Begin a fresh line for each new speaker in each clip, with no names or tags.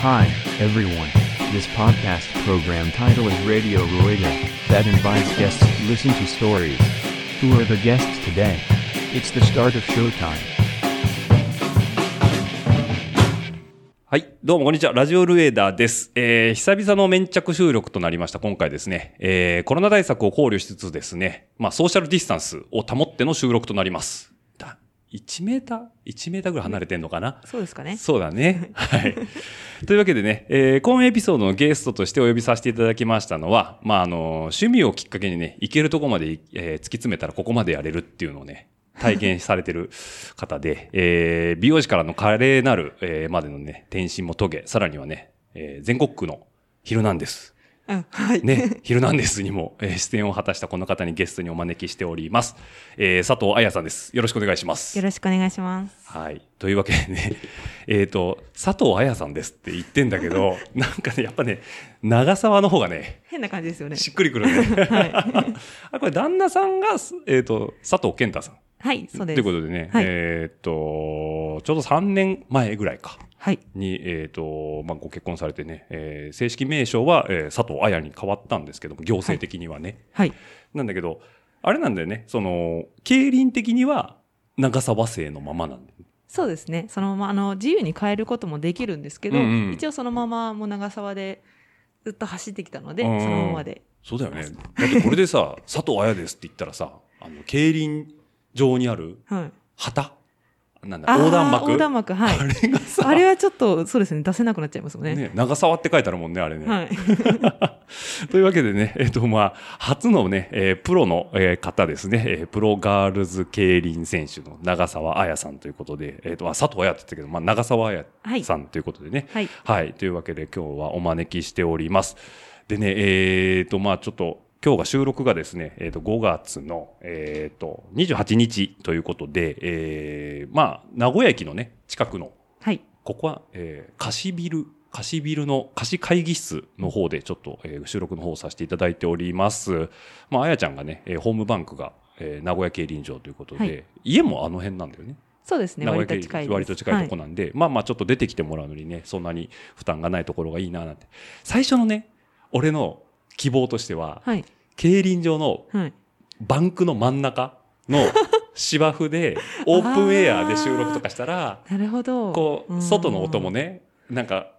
Hi, everyone. This podcast program title is Radio Rueda, that invites guests to listen to stories. Who are the guests today? It's the start of showtime.
はい。どうも、こんにちは。ラジオルエーダーです。えー、久々の粘着収録となりました。今回ですね、えー、コロナ対策を考慮しつつですね、まあ、ソーシャルディスタンスを保っての収録となります。だ1メーター ?1 メーターぐらい離れてんのかな
そうですかね。
そうだね。はい。というわけでね、えー、今エピソードのゲストとしてお呼びさせていただきましたのは、まあ、あの、趣味をきっかけにね、行けるとこまでい、えー突き詰めたらここまでやれるっていうのをね、体験されてる方で、 えー美容師からの華麗なる、えーまでのね、転身も遂げ、さらにはね、えー全国区のヒルナンデス。
うん、はい。
ね、 ヒルナンデスにも、えー出演を果たしたこの方にゲストにお招きしております。えー佐藤彩さんです。よろしくお願いします。
よろしくお願いします。
はい。というわけでね、 えっと、佐藤彩さんですって言ってんだけど、なんかね、やっぱね、長沢の方がね、
変な感じですよね。
しっくりくるね。
はい。
あ、これ旦那さんが、すえっ、と、佐藤健太さん。
はい、そうです。
ということでね、
はい
えっ、と、ちょうど3年前ぐらいか。
はい。
に、えーとまあ、ご結婚されてね、えー正式名称は、えー佐藤彩に変わったんですけども行政的にはね、
はい。
なんだけどあれなんだよねその経輪的には長沢姓のままなんだよね
そうですね。そのまま、あの、自由に変えることもできるんですけど、
うんうん
一応そのまま、もう長沢でずっと走ってきたので、
うんうん
そのままで。
そうだよね。だってこれで さ、佐藤綾ですって言ったらさ、あの、競輪場にある
はい。
旗なんだ、
あー
横断幕
横断幕、は い
あ。れがさ、
あれはちょっと、そうですね、出せなくなっちゃいますもんね。
ね、長沢って書いてあるもんね、あれね。
はい。
というわけでね、えっ、と、まあ、初のね、えープロの、えー方ですね、えープロガールズ競輪選手の長澤彩さんということで、えっ、と、あ、佐藤彩って言ったけど、まあ、長澤彩さんということでね、
はい。
はい。というわけで今日はお招きしております。でね、えーと、まあちょっと、今日が収録がですね、えー、と5月の、えー、と28日ということで、えーまあ、名古屋駅の、ね、近くの
はい。
ここは、えー、貸しビル、貸しビルの貸し会議室の方でちょっと、えー収録の方をさせていただいております。まあ、あやちゃんがね、えーホームバンクが、えー名古屋競輪場ということで、
はい
家もあの辺なんだよね。
そうですね、
名古
割
屋
と
県
近いです。
割と近いとこ
はい
なんで、まあまあちょっと出てきてもらうのにね、そんなに負担がないところがいいななんて。最初のね、俺の希望としては、
はい。
競輪場の
はい。
バンクの真ん中の芝生で、 オープンエアで収録とかしたら、
なるほど。
こう、外の音も。ね、なんか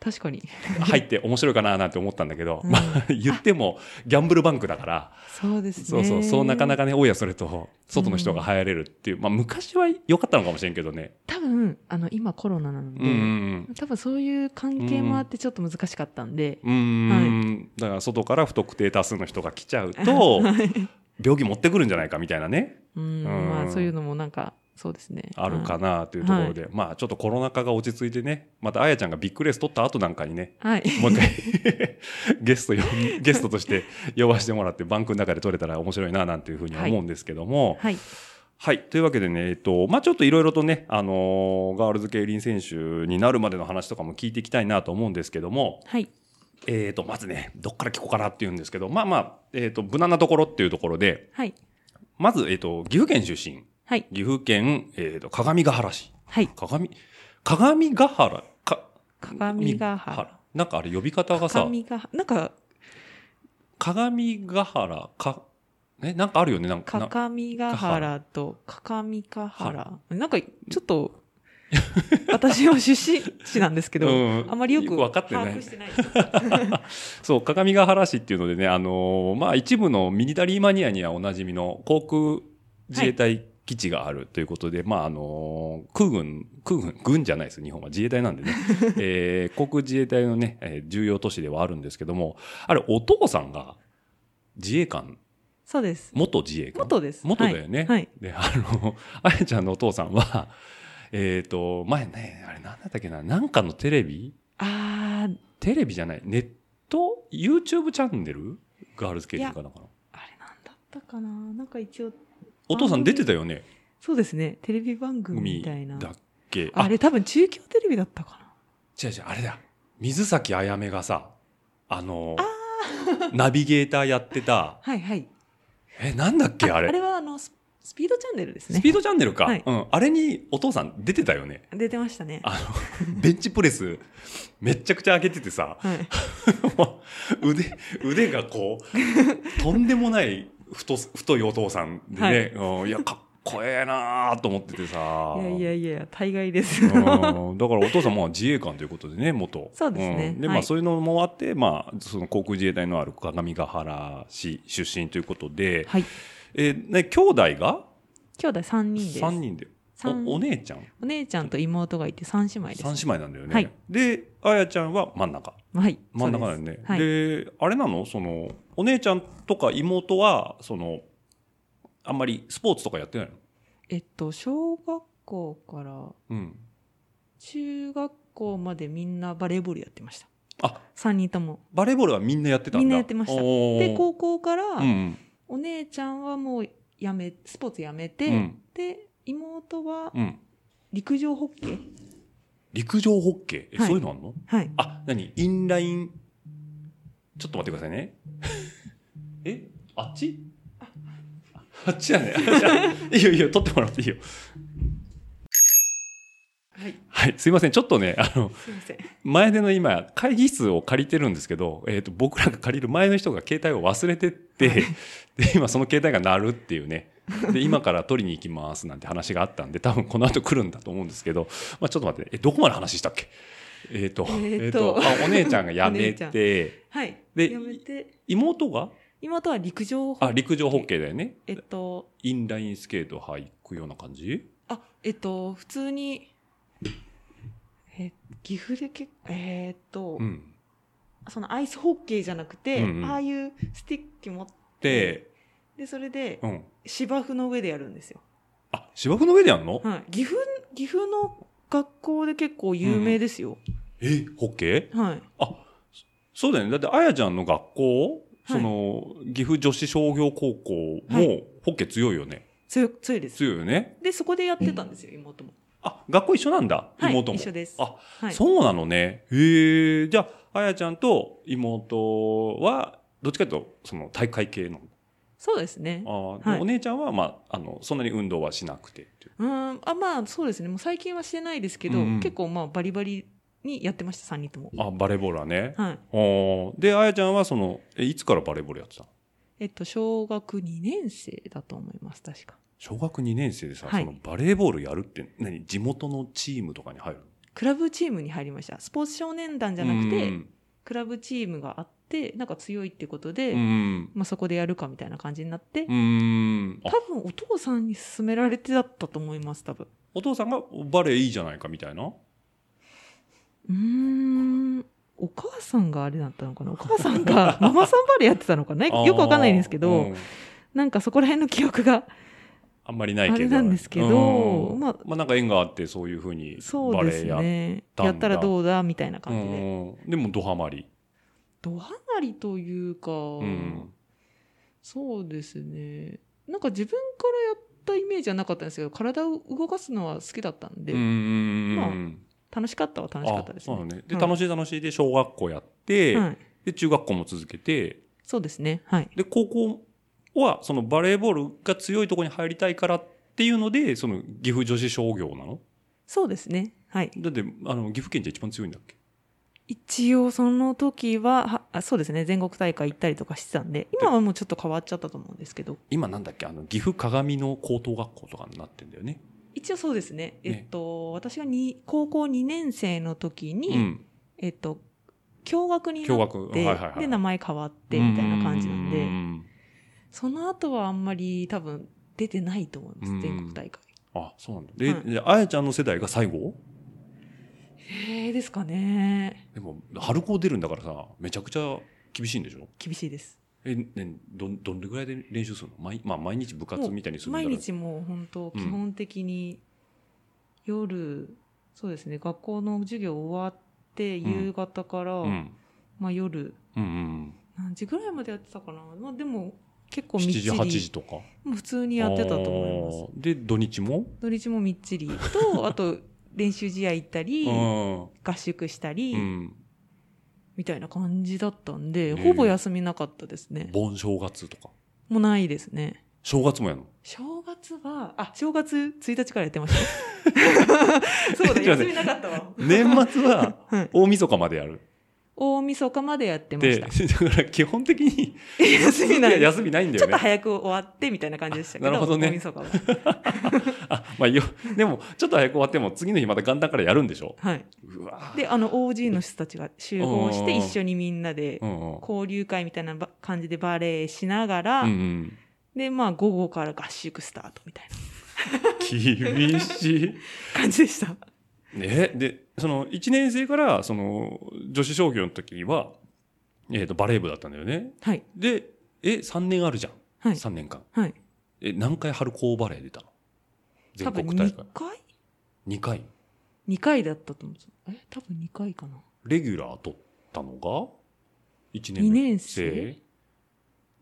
確かに。
入って面白いかななんて思ったんだけど、
うん
まあ言ってもギャンブルバンクだから、
そうですね。
そうそう、そうなかなかね、おやそれと、外の人が入れるっていう、まあ昔は良かったのかもしれんけどね。
多分あの今コロナなので、
うんうんうん。
多分そういう関係もあってちょっと難しかったんで、
うーん、だから外から不特定多数の人が来ちゃうと病気持ってくるんじゃないかみたいなね
うん
うん
まあ、そういうのもなんかそうですね
あるか
な、
なというところで、まあちょっとコロナ禍が落ち着いてねまたあやちゃんがビッグレース取った後なんかに ね
はい、
もう一回 ゲストよゲストとして呼ばせてもらってバンクの中で取れたら面白いななんていうふうには思うんですけども、
はい、
はい。というわけでね、えっと、まあ、ちょっといろいろとね、あのーガールズ競輪選手になるまでの話とかも聞いていきたいなと思うんですけども、
はい、
えー、とまずねどっから聞こうかなっていうんですけどまあまあ、えー、と無難なところっていうところで
はい、
まず、えー、と岐阜県出身
はい、
岐阜県、えー、と鏡ヶ原市
はい、
鏡鏡ヶ原か
鏡ヶ原。
なんかあれ呼び方がさ
鏡ヶ原。なんか、
鏡ヶ原かえなんかあるよねなんか
か
な
かみがはらと、かかみかはら。なんか、ちょっと、私は出身地なんですけど、
うん
あまりよく
分かってな
把
い
握してない。
そう鏡ヶ原市っていうのでねあのーまあ一部のミリタリーマニアにはおなじみの航空自衛隊基地があるということで、まああのー空軍空軍軍じゃないです日本は自衛隊なんで ね、えー航空自衛隊のね、えー重要都市ではあるんですけどもあれお父さんが自衛官
そうです。
元自衛官
元です。
元だよね、
はいはい。
であのあやちゃんのお父さんはえっ、と前ねあれなんだったっけななんかのテレビ
あー、
テレビじゃない、ネット ?YouTube チャンネルガールズケイリンかなんかな。
あれなんだったかななんか一応、
お父さん出てたよね、
そうですね。テレビ番組みたいな。
だっけ。
あれ多分中京テレビだったかな
違う違う、あれだ。水崎あやめがさ、あの、 ナビゲーターやってた、
はいはい。
え、なんだっけあれ。
あれはあのス、スピードチャンネルです
ス
ね
ピ。ードチャンネルか、
はい
うん、あれにお父さん出てたよ ね
出てましたね。
あのベンチプレスめっちゃくちゃ上げててさ
はい。
もう腕腕がこうとんでもない太す太いお父さんでね、うんいやかっこええなーと思っててさ
いやいやいや、大概です。
うんだからお父さんも自衛官ということでね元
そうですね
んで
はい
まあそういうのもあって、まあ、その航空自衛隊のある鏡ヶ原市出身ということで、
はい。
えーね、兄弟が
兄弟三人です。
3人で
三
おお姉ちゃん
お姉ちゃんと妹がいて三姉妹です。
3姉妹なんだよね、
はい
であやちゃんは真ん中
はい。
真ん中だよ
そう
ね
で
です
はい。
あれなのそのお姉ちゃんとか妹はそのあんまりスポーツとかやってないの
えっと、小学校から
うん
中学校までみんなバレーボールやってました。
あ
三人とも。
バレーボールはみんなやってたんだ
みんなやってましたで、
で
高校から、
うんうん
お姉ちゃんはもうやめ、スポーツやめて、
うん
で、妹は
うん
陸上ホッケー。
陸上ホッケー、え
はい
そういうのあんの
はい。
あ何インラインちょっと待ってくださいね えあっちあっちやね いいよいいよ取ってもらっていいよ
はい。
はいすいませんちょっとねあの
すいません。
前での今会議室を借りてるんですけど、えー、と僕らが借りる前の人が携帯を忘れてって で今その携帯が鳴るっていうねで今から取りに行きますなんて話があったんで多分この後来るんだと思うんですけど、まあ、ちょっと待ってえどこまで話したっけえっ、と,、
え
え
ー
ー
と
とあお姉ちゃんが辞め
お姉
て
はい。
で
やめて、
妹が
妹は陸上ホ
あ陸上ホッケーだよね
えっと、
インラインスケート履くような感じ
あ、えっと、普通に、え、岐阜で結構、えーっと、
うん
そのアイスホッケーじゃなくて、
うんうん
ああいうスティック持って、
で、
で、それで
うん、
芝生の上でやるんですよ。
あ芝生の上でやんの、
はい。岐阜、岐阜の学校で結構有名ですよ。
えホッケー
はい。
そうだよね。だって、あやちゃんの学校、
はい
その、岐阜女子商業高校も、
はい
ホッケー強いよね。
強い、強いです。
強いよね。
で、そこでやってたんですよ、妹も。
あ、学校一緒なんだ。
はい
妹も。
一緒です
あ、
はい。
そうなのね。へえ。じゃあ、あやちゃんと妹は、どっちかというと、その、大会系の。
そうですね。
あー、
はい
でお姉ちゃんは、まあ、あの、そんなに運動はしなくてっていう。
うーん。あ、まあ、そうですね。もう最近はしてないですけど、
うんうん
結構まあ、バリバリにやってました、3人とも。
あ、バレーボールはね。
はい。
おで、あやちゃんは、その、え、いつからバレーボールやってたの
えっと、小学2年生だと思います、確か。
小学2年生でさ、
はい
そのバレーボールやるって何地元のチームとかに入るの
クラブチームに入りました。スポーツ少年団じゃなくて、
うん
クラブチームがあって、なんか強いってことで、
うん。
まあそこでやるかみたいな感じになって、
うん。あ
多分お父さんに勧められてだったと思います、多分。
お父さんがバレエいいじゃないかみたいな。
うーん。お母さんがあれだったのかなお母さんが、 ママさんバレーやってたのかなよくわかんないんですけど、
うん
なんかそこら辺の記憶が、
あんまりないけど。
あれなんですけど
うん
まあ
まあなんか縁があってそういうふうに
そ
バ
う
レ
です
エや
ね。
た
や
んだ
ったらどうだみたいな
う
感じで。
ん。でもドハマり。
ドハマりというか、
うん。
そうですね。なんか自分からやったイメージはなかったんですけど、体を動かすのは好きだったんで、
うんうん
まあ
うん
楽しかったは楽しかったです
あ
ね。
そうだね。で、
はい
楽しい楽しいで小学校やって、
はい。
で、中学校も続けて、
そうですね。はい。
で、高校はそのバレーボールが強いところに入りたいからっていうので、その岐阜女子商業なの
そうですね。はい。
だって、あの、岐阜県じゃ一番強いんだっけ
一応その時ははあ、そうですね。全国大会行ったりとかしてたんで、今はもうちょっと変わっちゃったと思うんですけど、
今なんだっけあの岐阜鏡の高等学校とかになってんだよね。
一応そうですね。えっと、私がに高校2年生の時に、
ん。
えっと、共学になって、
共学はいはいはい
で、名前変わってみたいな感じなんで、
うん
その後はあんまり多分出てないと思いま
うん
す、全国大会。
あ、そうなんだ。で、
はい
であやちゃんの世代が最後
へえですかね。
でも、春高出るんだからさ、めちゃくちゃ厳しいんでしょ
厳しいです。
え、ね、どん、どんでぐらいで練習するの毎、まあ、毎日部活みたいにするんだ
毎
ろう
日もう本当基本的に夜、そうですね、学校の授業終わって、
ん
夕方から、
うん。
まあ夜、
うんうん。
何時ぐらいまでやってたかな。まあでも結構みっ
7
ち
時、
り、
8時とか。
もう普通にやってたと思います。
あーで、土日も
土日もみっちりと、あと練習試合行ったり、
う
合宿したり、
ん。うん。
みたいな感じだったんで、
えー
ほぼ休みなかったですね。
盆正月とか。
もうないですね。
正月も やるの
正月は、あ、正月1日からやってま した。そう
ちょっと待
だ、
って
休みなかったわ。
年末は
はい
大晦日までやる。
大晦日までやってま
で、
し た。
だから基本的に
休みない。
いや休みないんだ
ちょ
よ
っと
ね。
早く終わってみたいな感じでしたけど、
あなるほどね
大晦日は。
あ、まあよ、でもちょっと早く終わっても次の日また元旦からやるんでしょ
はい。
うわ
で、あの、OG の人たちが集合して、一緒にみんなで
う、んうん。
交流会みたいなば感じでバレーしながら、
うんうん。
で、まあ、午後から合宿スタートみたいな
厳しい。
感じでした。
ね、で、その1年生からその女子商業の時は、えっ、と、バレー部だったんだよね。
はい。
で、え、3年あるじゃん。
はい。
3年間。
はい。
え、何回春高バレー出たの
多
全
分
国大
2
会。
回
2回。
?2 回だったと思うんですよ。え、多分2回かな。
レギュラー取ったのが1
二
年
年
生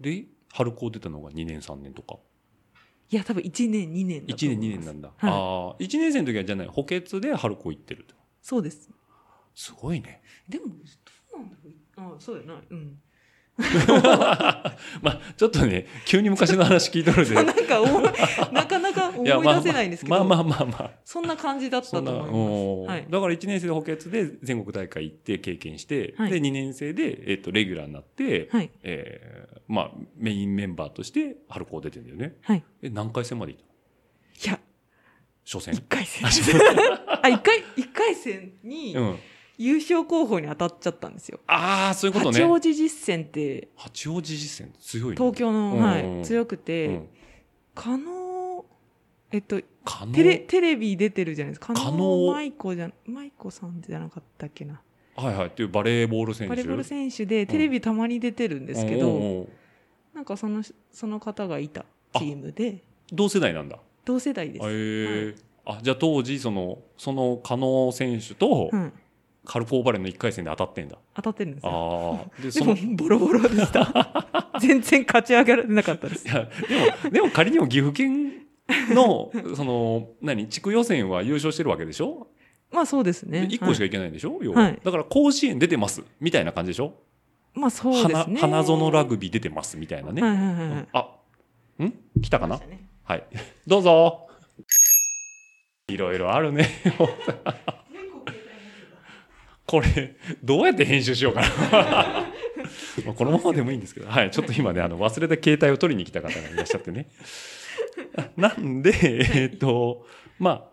生
で春高出たのが2年3年とか
いや、多分1年、2年だと
1
思い
年
ま
2年
す。
なんだ、
はい
ああ1年生の時はじゃない補欠で春高行ってると
そうです。
すごい ね
でも、どうなんだろう。あそうだよな。うん。
まあちょっとね急に昔の話聞いとるで
なんか思い、なかなか思
やまあ
い出せないんですけど、
まあまあまあまあ
そんな感じだったと
そんな
思います。
おー
はい
だから1年生で補欠で全国大会行って経験して、
はい
で2年生で、えっとレギュラーになって、
はい。
えーまあ、メインメンバーとして春高出てんだよね
はい。
え何回戦まで行ったの
いや、
初戦
1回戦。
あ
あ、
そう
1回、一回戦に
うん、
優勝候補に当たっちゃったんですよ。
ああそういうこと
八
ね
王子実践って、
八王子実践強いね
東京の、
うん
はい、強くて、
うん
可能、えっと、
可能
テレ、テレビ出てるじゃないです
加
か。加
納
納舞子じゃ、舞子さんじゃなかったっけな。
はいはいっていうバレーボール選手
バレーボール選手で、テレビたまに出てるんですけど、
うんうんうん
なんかその、その方がいたチームで、
同世代なんだ
同世代で
へ
す。
えあじゃあ当時そのその加納選手と
うん。
カルフォーバレーの1回戦で当たってんだ、
当たってるんですよ。
ああで
で
そ
も
のい、
ボロボロでした。 全然勝ち上がれなかったです。
やでもでも仮にも岐阜県のその何地区予選は優勝してるわけでしょ
まあそうです
で
ね。
1個しか
はい
けないんでしょ、要は
はい
だから甲子園出てますみたいな感じでしょ
まあそうですね。
花花園ラグビー出てますみたいなね、
はいはいはいはい。
あん来たかな
そうでしたね
はい どうぞいろいろあるね これどうやって編集しようかなまあこのままでもいいんですけど、はい、ちょっと今ねあの忘れた携帯を取りに来た方がいらっしゃってねなんでえっとまあ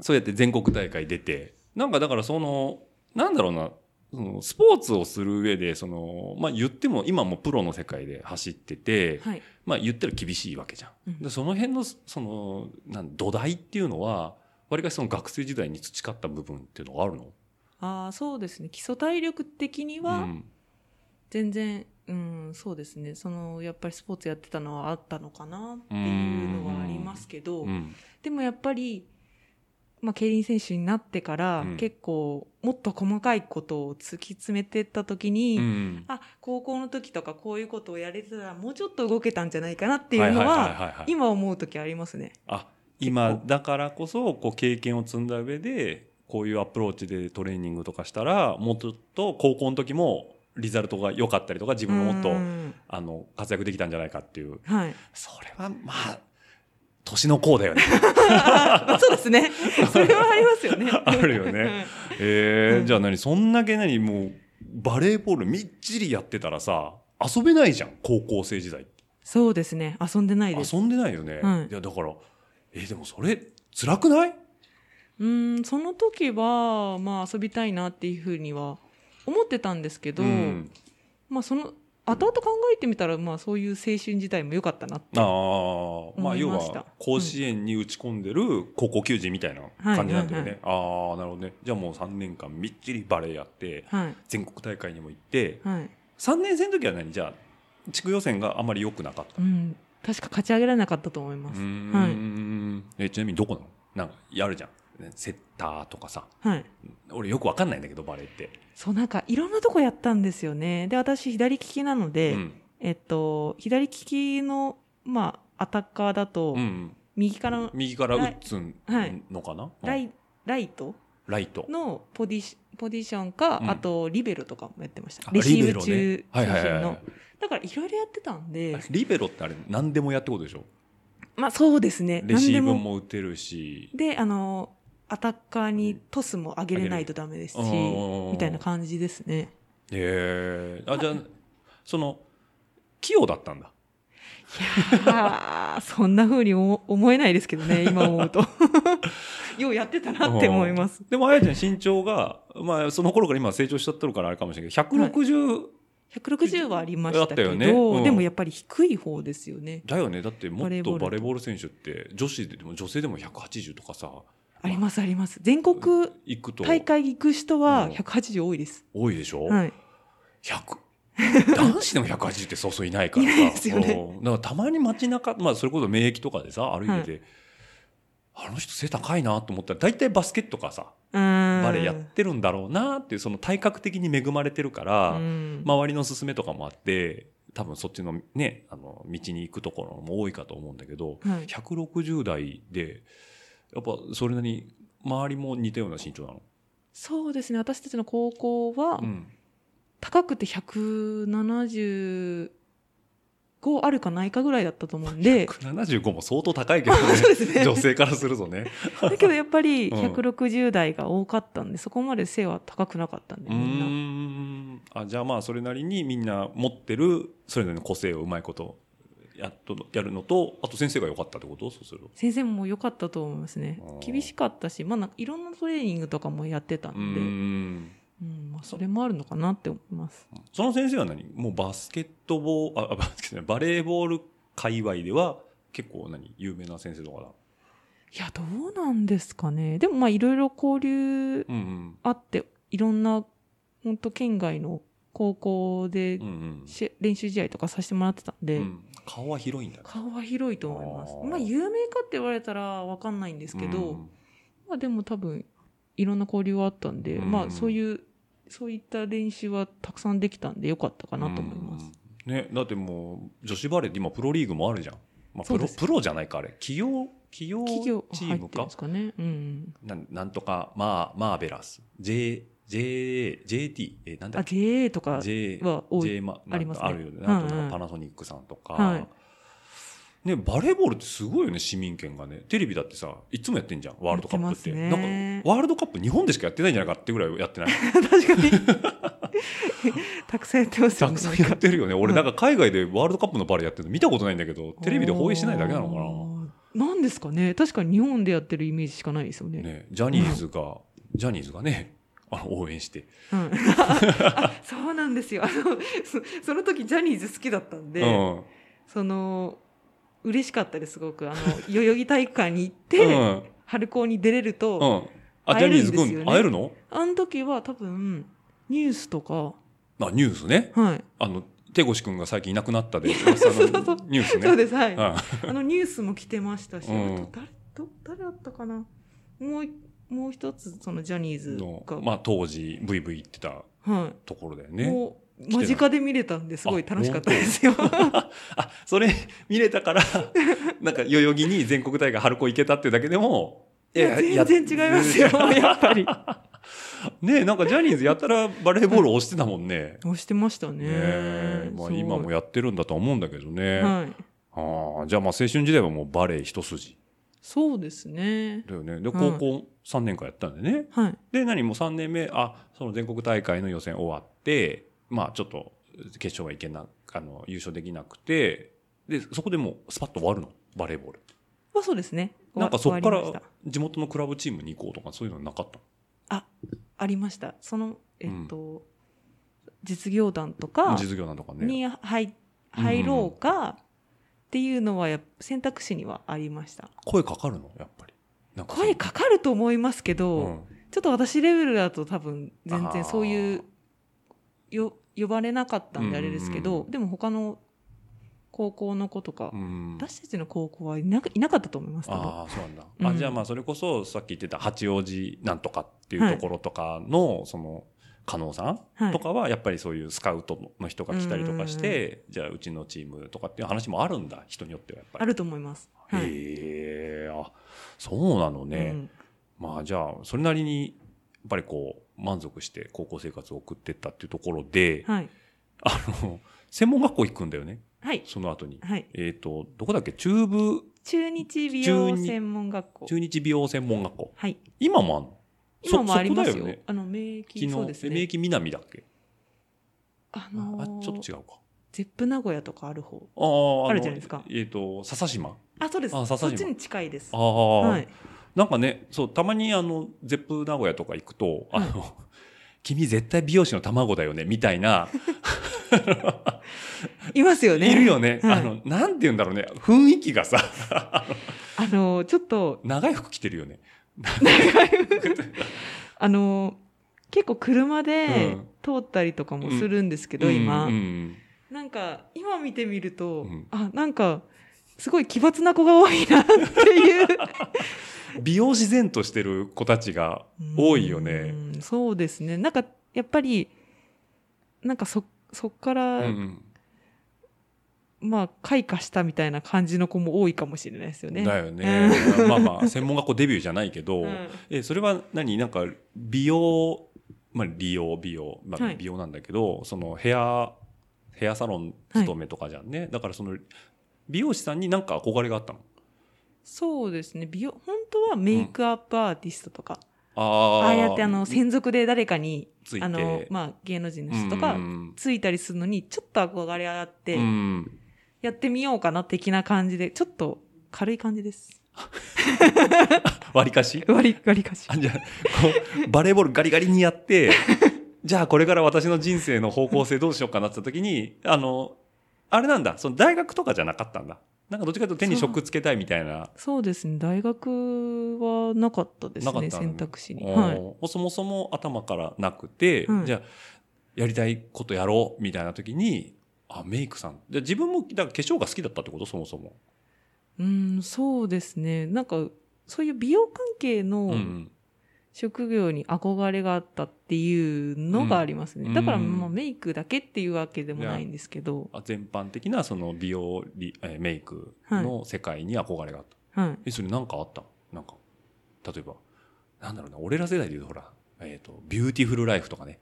そうやって全国大会出てなんかだからそのなんだろうなそのスポーツをする上でその、まあ、言っても今もプロの世界で走ってて、
はい。
まあ言ったら厳しいわけじゃん。
うん
でその辺のそのなん土台っていうのはわりかしその学生時代に培った部分っていうのがあるの、
ああ、そうですね。基礎体力的に
う
は、
ん、
全然、うん、そうですね。その、やっぱりスポーツやってたのはあったのかなっていうのはありますけど、
うん
でもやっぱり、まあ、競輪選手になってから、
うん
結構、もっと細かいことを突き詰めてった時に、
うん
あ、高校の時とかこういうことをやれてたら、もうちょっと動けたんじゃないかなっていうの
はいはい
は、
はいはい
今思う時ありますね。
あ今だからこそこう経験を積んだ上でこういうアプローチでトレーニングとかしたらもっと高校の時もリザルトが良かったりとか自分ももっと
うん
あの活躍できたんじゃないかっていう
はい。
それはまあ年の功だ よね。
あそうで すね。それはありますよね。
あるよね。えー
うん
じゃあ何そんだけ何もうバレーボールみっちりやってたらさ遊べないじゃん高校生時代って
そうですね。遊んでないです。
遊んでないよね、
はい
いやだからえーでもそれ辛くない、
うん、その時は、まあ遊びたいなっていうふうには思ってたんですけど、
ん、
まあその、後々考えてみたら、まあそういう青春時代も良かったなって。
ああまあ
思い
要
ました
は甲子園に打ち込んでる高校球児みたいな感じなんだよね、ああなるほどねじゃあもう3年間みっちりバレーやって
はい。
全国大会にも行って
はい。
3年生の時は何じゃあ地区予選があまり良くなかった
うん。確か勝ち上げられなかったと思いま
う
す。
ー
はい。
んえちなみにどこなのなんかやるじゃんねセッターとかさ
はい。
俺よくわかんないんだけどバレーって、
そう、なんかいろんなとこやったんですよね。で、私左利きなので、
うん
えっと、左利きの、まあ、アタッカーだと、
うん、
右からの
右から打つのかな、うん
ライ,、ライト
ライト
のポジシポジションか、
うん
あとリベロとかもやってました
あ
レシー
リベロ
ブ
ね
中
はい
中
はいはい
心
は
の
い
だからいろいろやってたんで、
リベロってあれ何でもやってことでしょ
まあそうですね。
レシーブ
何でも。
も打てるし
で、あの、アタッカーにトスも上げれないとダメですし、
上げれないうん
みたいな感じですね。
へえあじゃあその器用だったんだ
いやーそんな風に思思えないですけどね、今思 うと。ようやってたなって思います。
でもあやちゃん身長が、まあ、その頃から今成長しちゃってるからあれかもしれないけど160
160はありましたけど、
だったよねうん
でもやっぱり低い方ですよね。
だよねだってもっ
バレーボ
と
ールと
バレーボール選手って女子でも女性でも180とかさ
ありますあります。全国
行くと
大会行く人
う
は
ん
180多いです。
多いでしょ、
はい。
100男子でも180ってそうそういないからさ
いないですよね
うんだからたまに街中、まあ、それこそ免疫とかでさ歩いてて、あの人背高いなと思ったら大体バスケットかさ
バ
バレーやってるんだろうなっていうその体格的に恵まれてるから、
うん
周りの勧めとかもあって多分そっちのねあの道に行くところも多いかと思うんだけど、
はい
160代でやっぱそれなりに周りも似たような身長なの、
そうですね私たちの高校は
うん
高くて175あるかないかぐらいだったと思うんで
75も相当高いけどね
そうですね
女性からするとね。
だけどやっぱり
うん
160代が多かったんでそこまで背は高くなかったんで
うー
みんなん
あじゃあまあそれなりにみんな持ってるそれぞれの個性をうまいことやっとやるのとあと先生が良かったってことそうすると
先生も良かったと思いますね
うん
厳しかったし、まあ、なんかいろんなトレーニングとかもやってたん
う
で
ーん
うんまあ、それもあるのかなって思います
その先生は何もうバスケットボールああバスケットじゃないバレーボール界隈では結構何有名な先生とかだ
いやどうなんですかねでもまあいろいろ交流
うんうん
あっていろんな本当県外の高校で
うんうん
し練習試合とかさせてもらってたんで、
うん顔は広いんだね
顔は広いと思います
あー
まあ有名かって言われたら分かんないんですけど、
うん
まあでも多分いろんな交流はあったんで、
うん
まあそういうそういった練習はたくさんできたんでよかったかなと思います、
うんね、だってもう女子バレーって今プロリーグもあるじゃん、まあ、
そう
プロ
です
プロじゃないかあれ企業企業
企業
チ
入
ー
っ
ム
て
か
るんですかねうん
なんなんとかマーマーベラス J J JT えなんだ
あ
っけ
JA とか
J
は多い
J マ
あります
な
ね
んかあるよねなんと
うん
か
うん
パナソニックさんとか、
はい
ねバレーボールってすごいよね市民権がねテレビだってさいつもやってんじゃんワールドカップって
やってますね
なんかワールドカップ日本でしかやってないんじゃないかってぐらいや ってない
確かに たくさんやってますよ
た
ね
くさんやってるよね俺
うん
なんか海外でワールドカップのバレーやってるの見たことないんだけどテレビで放映してないだけなのかな
ななんですかね確かに日本でやってるイメージしかないですよね
ね、ジャニーズが、ジャニーズがね、あの応援して、
うん あそうなんですよあのそその時ジャニーズ好きだったんで、
うん
その嬉しかったですすご くあの代々木体育館に行って、
うん
春高に出れると、
うん、あジャ
会え
ニー
るん
ズ
ですよね
君、会えるの
あの時は多分ニュースとか、
あニュースね、
はい
あの手越君が最近いなくなったで、
いや
噂の
そうそうそう
ニュースね。
そうですはい、
うん
あのニュースも来てましたし、
うん
あと誰ど誰だったかなもうもう一つそのジャニーズ
の
が、
まあ、当時、ブイブイ言ってた
は
ところだよ
い、
ね。
もう間近で見れたんですごい楽しかったですよ。
あそれ見れた から、なんか代々木に全国大会、春高行けたっていうだけでも、
いや全然違いますよやっぱり。
ねえなんかジャニーズやったらバレーボール押してたもんね。
押してましたね
ねえまあ、今も
や
やってるんだとは思うんだけどね。
はい、
ああ、じゃあまあ青春時代はもうバレエ一筋
そうですね
だよね。で、
ん
高校3年間やったんでね。
はい
で、何も3年目、あ、その全国大会の予選終わって、まあちょっと決勝はいけな、あの、優勝できなくて、で、そこでもうスパッと終わるのバレーボール。
まあそうですね
なんかそこか
終わり
ら
ました
地元のクラブチームに行こうとかそういうのなかった
ありましたそのえっと、実業団と
の
か
実業団とかね。
に入,、入ろうかっていうのはやっぱ選択肢にはありました
声かかるのやっぱり。なんかその
声かかると思いますけど、
うん
ちょっと私レベルだと多分全
あー
然そういうよ呼ばれなかったんであれですけ
うんう
ど、
んう
でも他の高校の子とか、
うん。
私たちの高校はいなくいなかったと思います多分
ああそうなんだ、
うん
あじゃあまあそれこそさっき言ってた八王子なんとかっていうところとかの、その加納さん
はい
とかはやっぱりそういうスカウトの人が来たりとかして、じゃあうちのチームとかっていう話もあるんだ人によってはやっぱり。
あると思います。はい
へえあそうなの
う
ね、
ん
まあじゃあそれなりにやっぱりこう満足して高校生活を送ってったっていうところで、
はい、
あの専門学校行くんだよね。
はい。
その後に。
はい。
えっ、と、どこだっけ中部、
中日美容専門学校。
中日美容専門学校。
はい。
今もあんのそ
今もありますよ。
そこだよね
あの、免
昨
疫、そうです
名
ね。
駅南だっけ、
あのー
あ、ちょっと違うか。
ゼップ名古屋とかある方。
あーの
あるじゃないですか
えっ、と、笹島。
あ、そうです。
あ笹島
そっちに近いです。
あ
は
あ、
い。
なんかね、そう、たまにあの、ゼップ名古屋とか行くと、あの、君絶対美容師の卵だよね、みたいな、
いますよね。
いるよね、
はい
あの、なんて言うんだろうね、雰囲気がさ、
あの、ちょっと、
長い服着てるよね。
あの、結構車
う
で
ん
通ったりとかもするんですけど、今、
うんうん
なんか、今見てみると、
うん
あ、なんか、すごい奇抜な子が多いなっていう。
美容自然としてる子たちが 多いよね。
うん。そうですね。なんか、やっぱり、なんかそ、そっか
う
ら、
んうん
まあ、開花したみたいな感じの子も多いかもしれないですよね。
だよね。まあまあ、専門学校デビューじゃないけど、
うん
え、それは何なんか、美容、まあ、利用、美容、ま
は
あ、
い
美容なんだけど、そのヘア、ヘアサロン勤めとかじゃんね。だからその、美容師さんになんか憧れがあったの。
そうですね。美容、本当はメイクアップアーティストとか、
あ
あ
あ
あやってあの、専属で誰かに
つい、て
あの、まあ、芸能人の人とか
う、ん
ついたりするのに、ちょっと憧れあって
う、ん
やってみようかな的な感じで、ちょっと軽い感じです。
割りかし
割り、割りかし。
あじゃあこうバレーボールガリガリにやって、 じゃあこれから私の人生の方向性どうしようかなって言った時に、あの、あれなんだ、その大学とかじゃなかったんだ。なんかどっちかというと手に職つけたいみたいな。
そうですね。大学はなかったです
なかった
ね、
んだ
選択肢に。
おー
はい。
そもそも頭からなくて、
はい
じゃあやりたいことやろうみたいな時に、あ、メイクさん。じゃあ自分もだから化粧が好きだったってことそもそも。
うん、そうですね。なんか、そういう美容関係
う
の
ん
職業に憧れがあったっていうのがありますね。
うん
だから、
うん
まあ、メイクだけっていうわけでもないんですけど、
あ全般的なその美容リ、えーメイクの世界に憧れがあった。
はい。
え、それなんかあったのなんか、例えば、なんだろうな、俺ら世代で言うとほら、えっ、と、ビューティフルライフとか ね。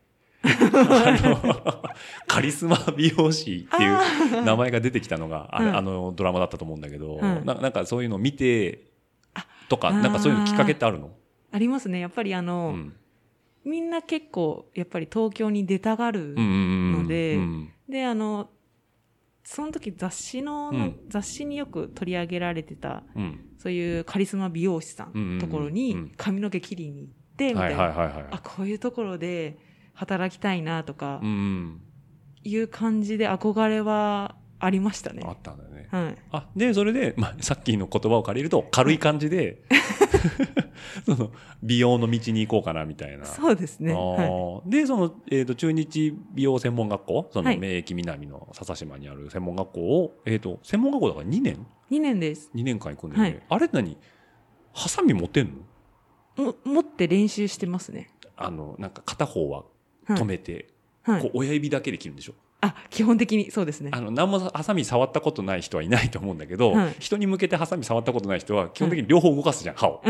あのカリスマ美容師っていう
あー
名前が出てきたのが、あれ
うん
あのドラマだったと思うんだけど、
うん
ななんかそういうのを見て
あ
とか、
あー
なんかそういうのきっかけってあるの
ありますね。やっぱりあ
う
の、
ん。
みんな結構、やっぱり東京に出たが
う
る。
んうんうん。
ので
うん
で、あの、その時雑誌の、
うん
雑誌によく取り上げられてた、
うん。
そういうカリスマ美容師さ
うんうんうん
んところ
うん
に髪の毛切りに行って、み
は
た
い
い
はい
な。
はいはい。
あ、こういうところで働きたいなとか
う、ん
いう感じで憧れはありました
う
ね
ん。あ。ったんだよね。
はい。
あでそれで、まあ、さっきの言葉を借りると軽い感じ で その美容の道に行こうかなみたいな。
そうですね。
あ
は
ーでその、えー、と中日美容専門学校その
はい
名駅南の笹島にある専門学校を、えー、と専門学校だから2年
い。2年です。
2年間行くんだよね、
はい
あれ何ハサミ持てんの
も、持って練習してますね。
あのなんか片方は
はい
止めて、
は
こ
い。
う親指だけで切るんでしょ
あ、基本的にそうですね
あ。の何もハサミ触ったことない人はいないと思うんだけど、
はい
人に向けてハサミ触ったことない人は基本的に両方動かすじゃん、歯を。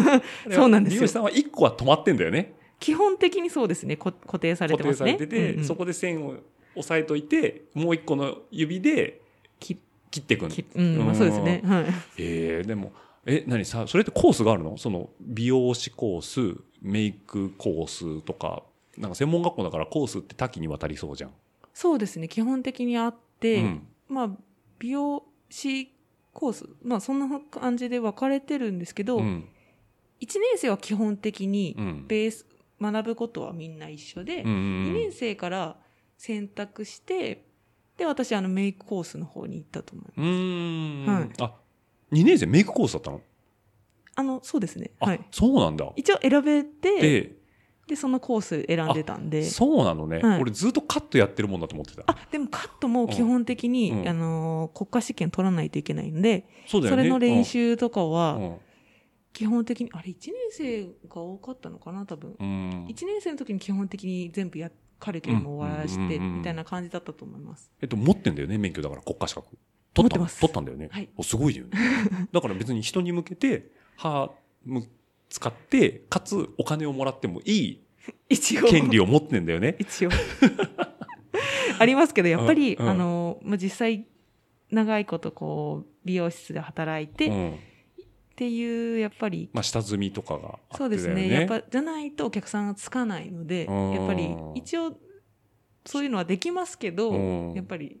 そうなんですよ
美容師さんは1個は止まってんだよね。
基本的にそうですね。こ固定され
固
てま
定
す
さ
ね。
れてて、
うんうん
そこで線を押さえといてもう1個の指で
き
切っていくん
きうん、まあ、そうですね。はい。
えーでもえ何さそれってコースがあるのその美容師コースメイクコースとかなんか専門学校だからコースって多岐にわたりそうじゃん。
そうですね。基本的にあっ
う
て、
ん
まあ、美容師コース、まあ、そんな感じで分かれてるんですけど、
うん
1年生は基本的に
う、ん
ベース、学ぶことはみんな一緒で、
うんうん
2年生から選択して、で、私、あの、メイクコースの方に行ったと思います。
うーん、
はい
あ2年生メイクコースだったの
あの、そうですね。
あ、
はい。
そうなんだ。
一応選べて、で、
で、
そのコース選んでたんで。
そうなのね、
はい
俺ずっとカットやってるもんだと思ってた。
あ、でもカットも基本的に、
うんうん
あのー、国家試験取らないといけないんで、
そうだよ
そ
ね。
れの練習とか
うん。
は、
うん
基本的に、あれ、1年生が多かったのかな、多分。
うん
1年生の時に基本的に全部や、カリキュラムを終わらし
う
て、
んうんうんうん
みたいな感じだったと思います。
えっと、持ってんだよね、免許だから国家資格。取った
持って
の
ます
取ったんだよね。
はい
おすご いよね。だから別に人に向けて、歯む使って、かつお金をもらってもいい
一応。。
権利を持ってんだよね
一応。 ありますけど、やっぱり、
うん
あの、まあ、実際、長いことこう、美容室で働いて、
う
っ
ん。
ていう、やっぱり、
まあ、下積みとかがあってだよね。
そうですね。やっぱ、じゃないとお客さんがつかないので、
うん
やっぱり、一応、そういうのはできますけど、
うん
やっぱり、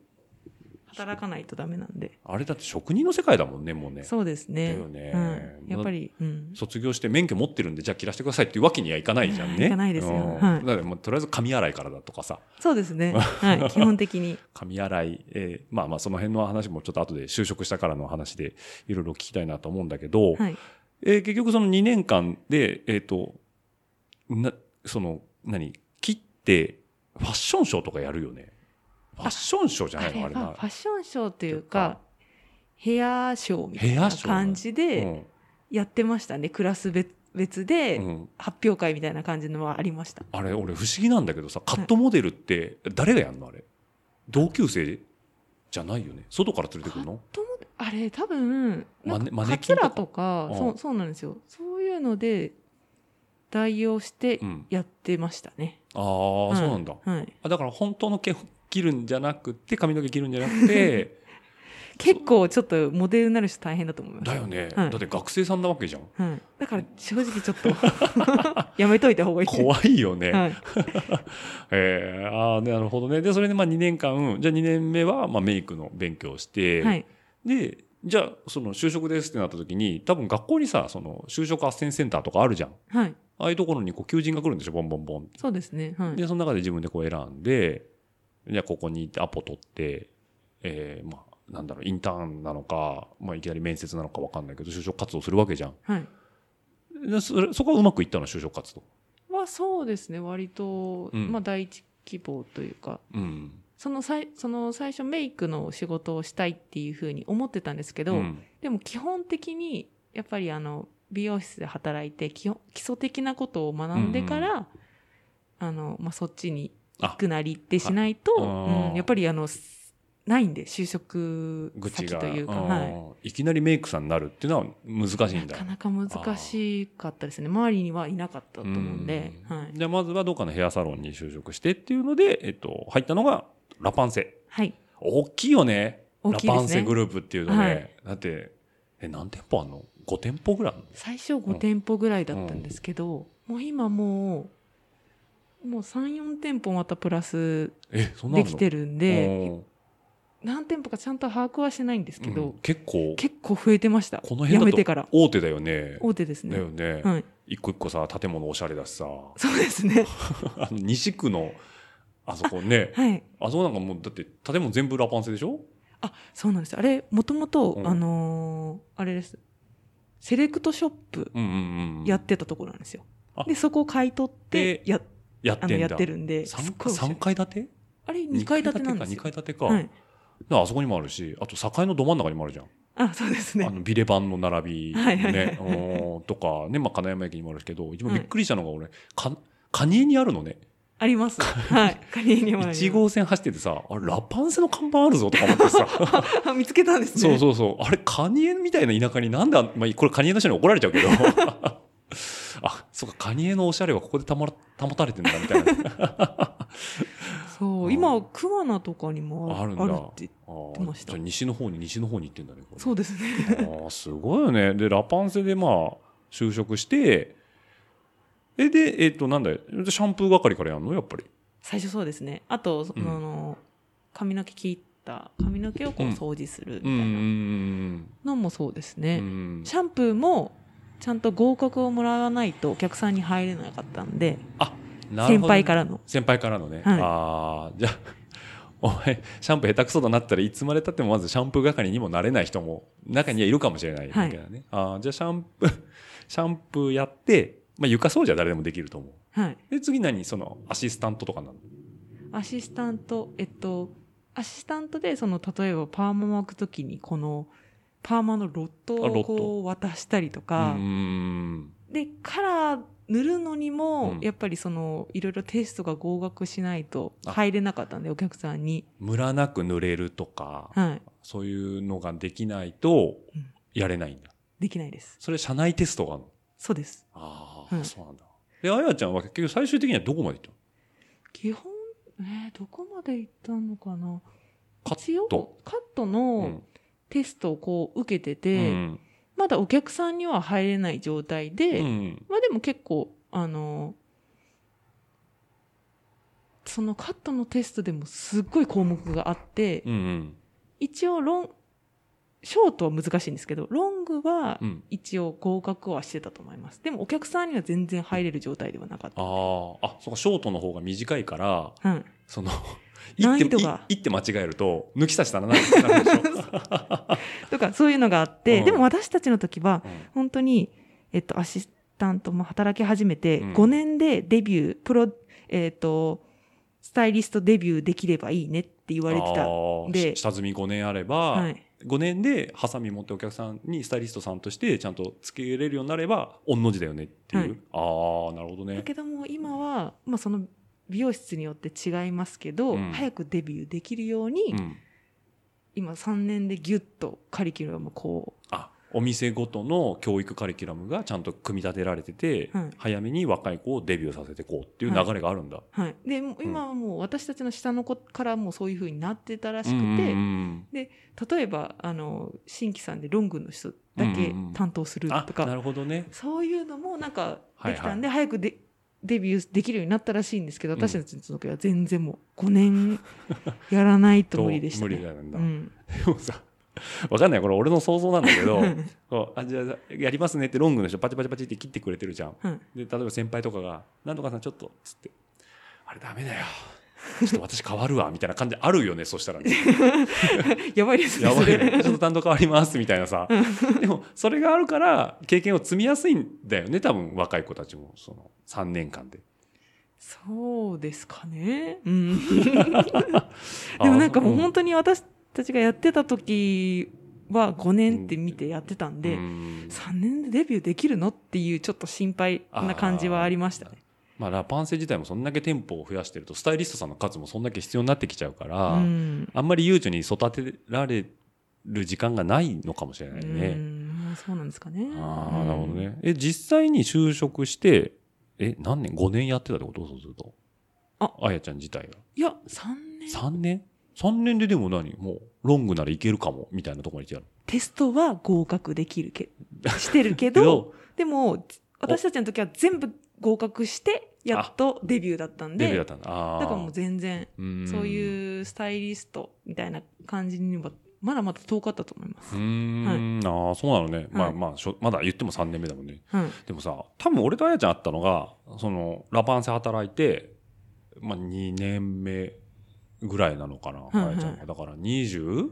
働かないとダメなんで。
あれだって職人の世界だもんね、もうね。
そうですね。
だよね
うん、やっぱり、うん。
卒業して免許持ってるんで、じゃあ切らしてくださいっていうわけにはいかないじゃんね。
いかないですよ
うん
はい
だからもうとりあえず紙洗いからだとかさ、
そうです ね。はい。基本的に。
紙洗い、えーまあまあその辺の話もちょっと後で就職したからの話でいろいろ聞きたいなと思うんだけど、
はい。
えー結局その2年間で、えっ、と、な、その、何、切って、ファッションショーとかやるよね。ファッションショーじゃ
あ
ない
れ
のあ
は
れ
ファ
な。
ッションショーというか、ヘアショーみたい
ヘア
な
ショーなんだ
感じでやってましたね。クラス別別
う
で
んうん
発表会みたいな感じのはありました。
あれ、俺不思議なんだけどさ、カットモデルって誰がやんのあれ。同級生じゃないよね。外から連れてくるの
ともあれ多分、な
マ
ん
ネ
か
マネ
カ
キンと
ツ
か
ラとか
う、ん
そう、そうなんですよ。そういうので代用して
うん。
やってましたね。
ああ、そうなんだ。
はい。
あだから本当の毛を切るんじゃなくて、髪の毛切るんじゃなく て、
結構ちょっとモデルになる人大変だと思います。
だよね、
はい
だって学生さんなわけじ ゃん。
はい。だから正直ちょっとやめと いた方がいい。
怖いよね。
はい。
えー、ああ、なるほどね。で、それでまあ2年間、じゃあ2年目はまあメイクの勉強をして、
はい。
で、じゃあその就職ですってなった時に、多分学校にさ、その就職斡旋センターとかあるじゃん。
はい。
ああいうところにこう求人が来るんでしょ、ボンボンボンって。
そうですね。はい。
で、その中で自分でこう選んで、じゃあここに行ってアポ取って、えー、まあ、なんだろう、インターンなのか、まあいきなり面接なのかわかんないけど、就職活動するわけじゃん。
はい。
でそれそこはうまくいったの、就職活動。
はそうですね。割と、
うん
まあ第一希望というか、
うん。
そのさいその最初メイクの仕事をしたいっていうふうに思ってたんですけど、
ん、
でも基本的にやっぱりあの美容室で働いて基本基礎的なことを学んでから、あのまあ、そっちに行くなりってしないと、
ああー
うん、やっぱりあのすないんで就職
愚痴
先
が
というか、
あ
はい
ーいきなりメイクさんになるっていうのは難しいんだ
なかなか難しかったですね周りにはいなかったと思うんで、
うん
はい
じゃあまずはどっかのヘアサロンに就職してっていうので、えっと、入ったのがラパンセ
はい、
大きいよね
大きいですね
ラパンセグループっていうのね、
はい
だってえ何店舗あんの5店舗ぐらいあんの
最初5店舗ぐらいだったんですけど、もう今もうもう34店舗またプラス
えそんな
できて
る
るんで何店舗かちゃんと把握はしてないんですけど、
結構
結構増えてました
この
や
辺
め
だ
て
と
から
大手だよね
大手です
だ
ね
よね、
はい
一個一個さ建物おしゃれだしさ
そうですね
あの西区のあそこね
はい
あそこなんかもうだって建物全部ラパンセでしょ
あそうなんですよあれもともと
うん
あのーあれですセレクトショップ
うんうんうん
やってたところなんですよ、
あ
でそこを買い取って
で
や
やっ
あ
て
の
ん
や
だ
ってるんで
三
すっごいおしゃれ
三階建て
あれ2階建てなんです
二
よ
階建てか。
はい、
だからあそこにもあるし、あと境のど真ん中にもあるじゃん。
あそうです
あ
ね
のビレ版の並び、ね
はいはいはい
うんとか、ね、まあ、金山駅にもあるけど、一番びっくりしたのが俺、か、カニエにあるのね。
あ りますはいカニエにもあります
1号線走っててさ、あれ、ラパンセの看板あるぞとか思 ってさ、
あ 見つけたんですね
そうそうそう、あれ、カニエみたいな田舎になんであん、まあ、これカニエの人に怒られちゃう けど、あ、そうか、カニエのおしゃれはここでたまら、保たれてんだ、み たいな。
そう
うん
今熊名とかにも
あ
あ
るん
る
だ。
あるって
あー
言ってました
じゃあ西の方に、西の方に行ってんだね、これ
そうですね
ああすごいよねでラパンセでまあ就職してえでえっ、となんだよでシャンプー係からやるのやっぱり
最初そうですねあとその、髪の毛切った髪の毛をこう
うん
掃除するみ
う
た
ん
い
うん
なのもそうです
うんう
ね、
ん
シャンプーもちゃんと合格をもらわないとお客さんに入れなかったんで
うんなる
先
ほど
輩からの
先輩からのね、
はい
ああじゃあお前シャンプー下手くそだなったらいつまでたってもまずシャンプー係にもなれない人も中にはいるかもしれない
はい
わけだね、ああじゃあシャンプー シャンプーやって、まあ、床掃除は誰でもできると思う
はい
で次何そのアシスタントとかなの
アシスタントえっとアシスタントでその例えばパーマ巻くときにこのパーマのロット
あロット
をこう渡したりとか、
うんうん
でカラー塗るのにも、
うん
やっぱりそのいろいろテストが合格しないと入れなかったんでお客さんに、
ムラなく塗れるとか、
はい、
そういうのができないと
うん、
やれないんだ。
できないです
それ、社内テストがあるの。
そうです
ああ、
はい
そうなんだ。で、あやちゃんは結局最終的にはどこまで行っ
基本えーどこまで行ったのかな
カ
一
ッ
応
ト。
カット
う
の
ん
テストをこう受けて
う
て、
ん
まだお客さんには入れない状態
う
で、
ん
まあでも結構あのそのカットのテストでもすっごい項目があって、
うんうん
一応ロンショートは難しいんですけどロングは
うん
一応合格はしてたと思いますでもお客さんには全然入れる状態ではなかっ
あ
た、
ーあそこショートの方が短いから
うん、
その
難
一
易
手
度
い
が
一手間違えると抜き差したらななるでしょ、
とかそういうのがあって、
うん
でも私たちの時は
うん
本当に、えっと、アシスタントも働き始めて
うん
5年でデビュープロえっとスタイリストデビューできればいいねって 言われて
あ
た
ー
で
し下積み5年あれば、
はい、
5年でハサミ持ってお客さんにスタイリストさんとしてちゃんとつけれるようになれば御の字だよねっていう、
はい
ああなるほど
だ
ね
けども今は、まあ、その美容室によって違いますけど、
うん
早くデビューできるように、
うん、
今3年でギュッとカリキュラムをこ
あお店ごとの教育カリキュラムがちゃんと組み立てられてて、
はい
早めに若い子をデビューさせてこうっていう流れがあるんだ、
う、はい、でもう今はもう私たちの下の子からもうそういうふうになってたらし
う
くて、
んうん
例えばあの新規さんでロングの人だけ担当す
う
る
ん、あ
とか、
なるほどね
そういうのもなんかできたんで、早くでデビューできるようになったらしいんですけど
うん
私たちの時は全然もう5年 やらないと無理でした、
無
ね。
理だなんだ、
うん
でもさ わかんないこれ俺の想像なんだけど こうあじゃあやりますねってロングの人パチパチパチって切ってくれてるじゃん
は
で
い
例えば先輩とかが「なんとかさんちょっと」つって「あれダメだよちょっと私変わるわ」みたいな感じあるよねそしたらね
やばいです ね
やばい
それ
ねちょっと担当変わりますみたいなさでもそれがあるから経験を積みやすいんだよね多分若い子たちもその3年間で。
そうですかね。 うん。でもなんかもう本
当
当に私たちがやってた時は5年って見てやってたんで、3年でデビューできるのっていうちょっと心配な感じはありましたね。
まあ、ラパンセ自体もそんだけ店舗を増やしてるとスタイリストさんの数もそんだけ必要になってきちゃうから、
うん。
あんまり悠長に育てられる時間がないのかもしれないね。
うんまあそうなんですかね。
ああ、なるほどね。え、実際に就職して、え、何年 ?5 年やってたってことそうすると。
あ、
あやちゃん自体が。
いや、3年。
3年 ?3 年ででも何もう、ロングならいけるかも、みたいなところに行ってやる。
テストは合格できるけ、してる けど、でも、私たちの時は全部合格して、やっとデビューだったん
デビューだっ、
で
たんだ。ああ。
だからもう全然
うん
そういうスタイリストみたいな感じにはまだまだ遠かったと思いま
う
す。
ーん、ああ、そうなのね。ま
は
あ
い
まあしょ、まだ言っても3年目だもんね。
はい、
でもさ、多分俺とあやちゃんあったのが、その、ラパンセ働いて、まあ2年目ぐらいなのかな、
いは
あ
い
やちゃんが。だから 20?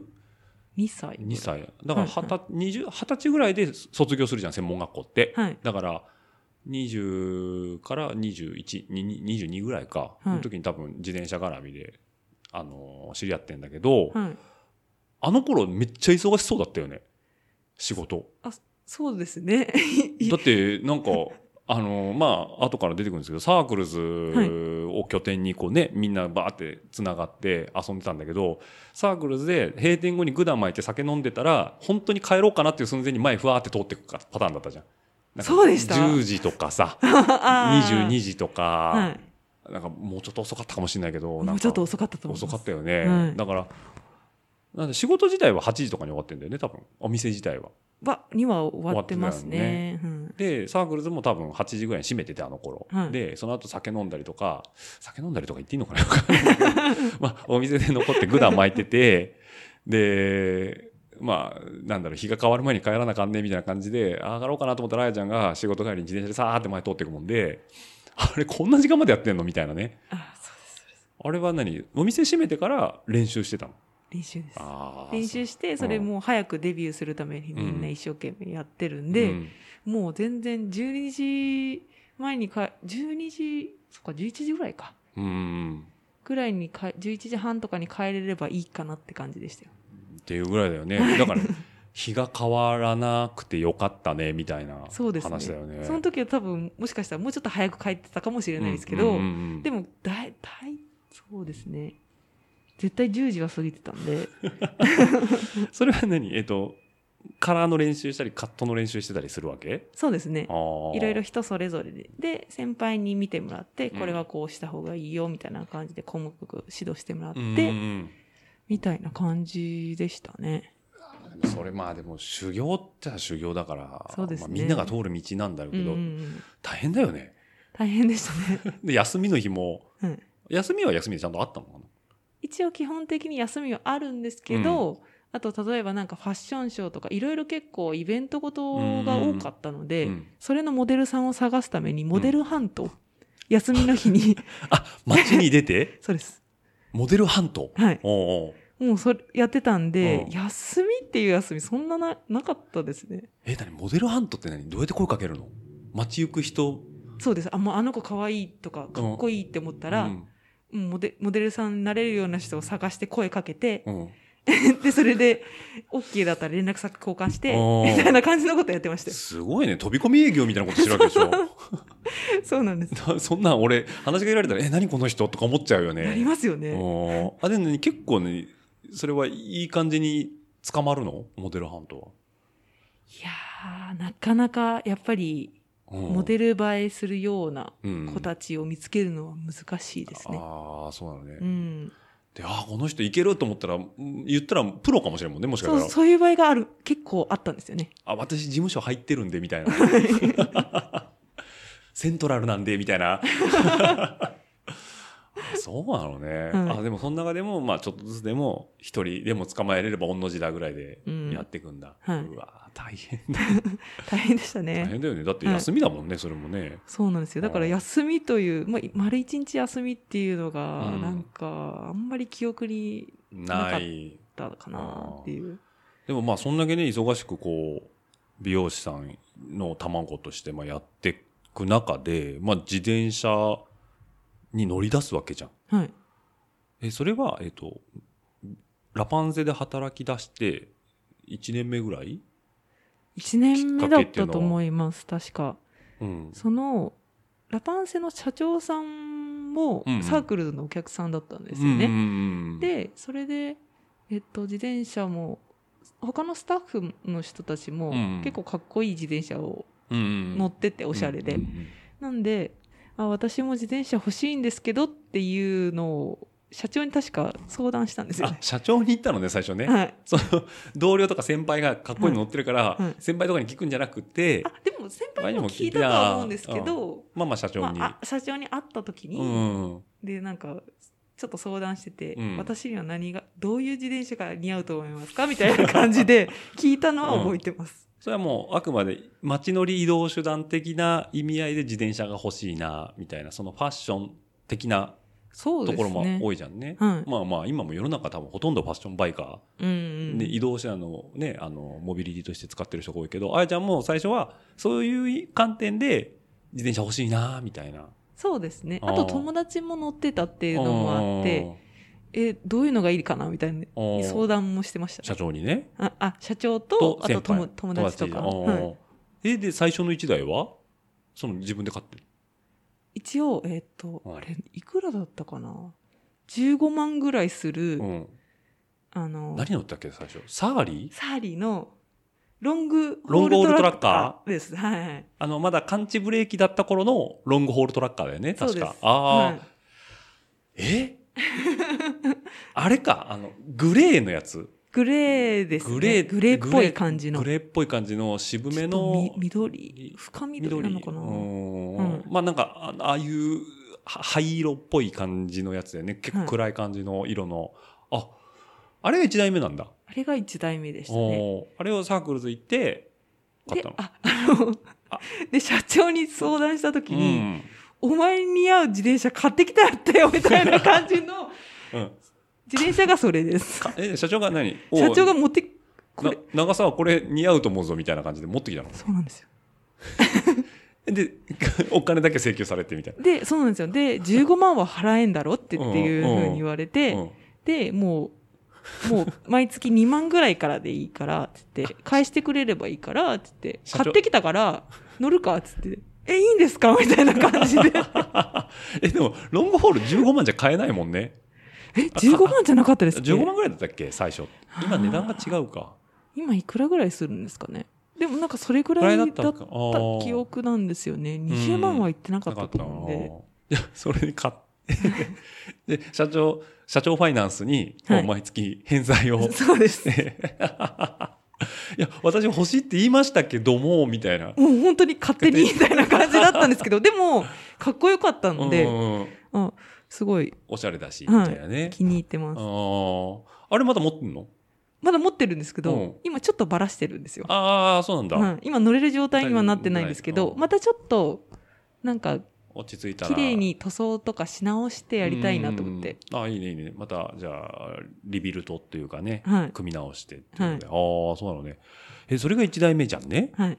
2歳。
2歳だから
はいはい
二十20 20歳ぐらいで卒業するじゃん専門学校って、
はい
だから20から21にに22ぐらいか、
はい
の時に多分自転車絡みで、あのー知り合ってんだけど、
はい。
あの頃めっちゃ忙しそうだったよね仕事
そうで すね。い
だってなんかあのーまあ後から出てくるんですけどサークルズを拠点にこうねみんなバーってつながって遊んでたんだけどサークルズで閉店後にグダ巻いて酒飲んでたら本当に帰ろうかなっていう寸前に前ふわーって通ってくかパターンだったじゃん。なんか
そうでした
10時とかさ
あー
22時と
は
か、
い。
なんかもうちょっと遅かったかもしれないけどな
も
ん
う
か
ちょっと遅かったと思います。
遅かったよね、
はい
だからなんで仕事自体は8時とかに終わってんだよね多分お店自体は。
は、には終わってますね。うん
でサークルズも多分8時ぐらいに閉めててあの頃、
はい
でその後酒飲んだりとか酒飲んだりとか言っていいのかなわかんないけど まあお店で残ってグダ巻いててでまあなんだろう日が変わる前に帰らなあかんねみたいな感じでああ帰ろうかなと思ったらあやちゃんが仕事帰りに自転車でさーって前通っていくもんであれこんな時間までやってんのみたいなね
あそうですそうです。
あれは何お店閉めてから練習してたの
練習です。
あー
練習して、それもう早くデビューするためにみんな一生懸命やってるんで、
うん
もう全然12時前にか、12時、そっか、11時ぐらいか。
うん
ぐらいにか11時半とかに帰れればいいかなって感じでしたよ。
っていうぐらいだよ ね。だから、日が変わらなくてよかったね、みたいな
そうですね。
話だよね。
その時は多分もしかしたらもうちょっと早く帰ってたかもしれないですけど、
うんうんうんうん
でもだいだいそうですね。絶対10時は過ぎてたんで、
それは何えっ、と、カラーの練習したり、カットの練習してたりするわけ
そうですね
あ。ー
いろいろ人それぞれで。で、先輩に見てもらって、これはこうした方がいいよ、みたいな感じで細かく指導してもらっ
うん
て、
うん
みたいな感じでしたね。
うんそれまあでも修行っちゃ修行だから、
そうですね
まあみんなが通る道なんだろう
う
け
んう
ど、
んうん、
大変だよね。
大変でしたね。
で、休みの日も、
うん、
休みは休みでちゃんとあったのかな
一応基本的に休みはあるんですけど、あと例えばなんかファッションショーとかいろいろ結構イベントごとが多かったので、
うん
それのモデルさんを探すためにモデルハント、休みの日 に
あ、街に出て、
そうです
モデルハント。
はい
おうおう
もうそれやってたんで、
うん
休みっていう休みそんなななかったですね
え、何モデルハントって何どうやって声かけるの街行く人
そうですあもうあの子可愛いとかかっこいいって思った、
から
うんモデモデルさんになれるような人を探して声かけて、
うんうん、
でそれで OK だったら連絡先交換して
おー
みたいな感じのことやってましたよ
すごいね飛び込み営業みたいなことしてるわけでしょ
そうなんです
な そんなん俺話しかけられたら「え何この人?」とか思っちゃうよ
な
ね。
りますよね、
おーあでもね結構ねそれはいい感じに捕まるのモデルハント
いやー、なかなかやっぱり
は。
モデル映えするような
ル
子たちを見つけるのは難しいですね。
ああそうなのね。
うん、
であーこの人いけると思ったらうん言ったらプロかもしれんもんねもしか
そ
し
う
たら
そういう場合がある結構あったんですよね。
あ私事務所入ってるんでみたいな セントラルなんでみたいなあそうなのね、
はい
あでもその中でも、まあ、ちょっとずつでも一人でも捕まえれれば御の字だぐらいで
うん
やっていくんだ、
はいう
わー大変だ
大変でした
大
ね。
変だよねだって休みだもんね、それもね
そうなんですよ。だから休みという、まあ、丸一日休みっていうのが
う、ん
なんか、あんまり記憶に
ない
だったかなっていう。
でもまあそんだけね忙しくこう美容師さんの卵としてまあやっていく中で、まあ、自転車に乗り出すわけじゃん。
はい。
えそれは、えっとラパンゼで働き出して1年目ぐらい、
1年目だったと思います、確か。
うん、
その、ラパンセの社長さんも
うんうん
サークルのお客さんだったんですよね。
うんうんうん、
でそれで、えっと、自転車も他のスタッフの人たちも
うん
結構かっこいい自転車を
うんうん、
乗ってておしゃれで、
うんうんうん
なんであ私も自転車欲しいんですけどっていうのを社長に確か相談したんですよ
あ
ね。
社長に行ったのね最初ね、
はい、
その同僚とか先輩がかっこいいの乗ってるから、
いはい
先輩とかに聞くんじゃなくて、
あでも先輩にも聞いたとは思うんですけど、
まあまあ社長に、
まあ、あ社長に会った時に、
うん、
でなんかちょっと相談してて、
うん
私には何がどういう自転車が似合うと思いますかみたいな感じ で聞いたのは覚えてます。
それはもうあくまで街乗り移動手段的な意味合いで自転車が欲しいなみたいなそのファッション的な
そう
と
です
こ
ね
ろも多いじゃんね
はい
まあまあ今も世の中多分ほとんどファッションバイカ
うんう
ー
ん
で移動手段のねあのモビリティとして使ってる人が多いけどあやちゃんも最初はそういう観点で自転車欲しいなみたいな
そうですね
あー
あと友達も乗ってたっていうのもあってえどういうのがいいかなみたいな
うん
相談もしてました
社
ね
長にね
ああ社長とあ
先
と
輩
友友達とか、
友
はい
達うんえで最初の1台はその自分で買ってる
一応えっ、と、
うん
あれいくらだったかな15万ぐらいする、
うん
あの
何乗ったっけ最初サーリー
サーリーのロング
ロングホールトラッカー
ーですはいはい
あの、まだ感知ブレーキだった頃のロングホールトラッカーだよね、
そう
確
です
か。ああ、
はい
えあれか、あの、グレーのやつ。
グレーですね
グレー、
グレーっぽい感じの
グレーっぽい感じの渋め
ちょっ
の
とみ緑深緑なのかな、
緑う
うん
んまあなんか、あああいうは灰色っぽい感じのやつだよね。結構暗い感じの色の。あ、あれが1台目なんだ。
あれが1代目でしたね
おーあれをサークルズ行って、買った
で
の、。
あ、あの
あ、
で、社長に相談したとき
う
に、
ん。
お前に似合う自転車買ってきたってよ、みたいな感じの
うん、
自転車がそれです。 社
え、社長が何お
長が持って、こ
な
れ、
長さはこれ似合うと思うぞみたいな感じで持ってきたの
そうなんですよ。
で お金だけ請求されてみたい
で、そうなんですよ。で、15万は払えんだろってっていうふうに言われ
な、
て
う、ん
で、もう、もう、毎月2万ぐらいからでいいから、つって、返してくれればいいから、つって、
社長
買ってきたから、乗るか、つって、え、いいんですか みたいな感じで、
えでもロングホール15万じゃ買えないもんね
え、15万じゃなかったですっけ
15万ぐらいだったっけ最初今値段が違うか
今いくらぐらいするんですかねでもなんかそれぐらいだった記憶なんですよね20万は行ってなかったと思うんで
じゃそれに 買ってで社長社長ファイナンスにもう毎月返済 を、はい、
そうですね
いや私欲しいって言いましたけどもみたいなも
う本当に勝手にみたいな感じだったんですけどでもかっこよかったんで、うん、すごい
おしゃれだしみたいなね、はい、
気に入ってます
あれまだ持ってんの
まだ持ってるんですけど、うん、今ちょっとばらしてるんですよ
ああそうなんだ、
うん、今乗れる状態にはなってないんですけど、またちょっとなんか
落ち着いた
綺麗に塗装とかし直してやりたいなと思って。
あいいね、いいね。また、じゃあ、リビルトっていうかね、はい、組み直してっていう、ねはい、ああ、そうなのね。え、それが1代目じゃんね。
はい、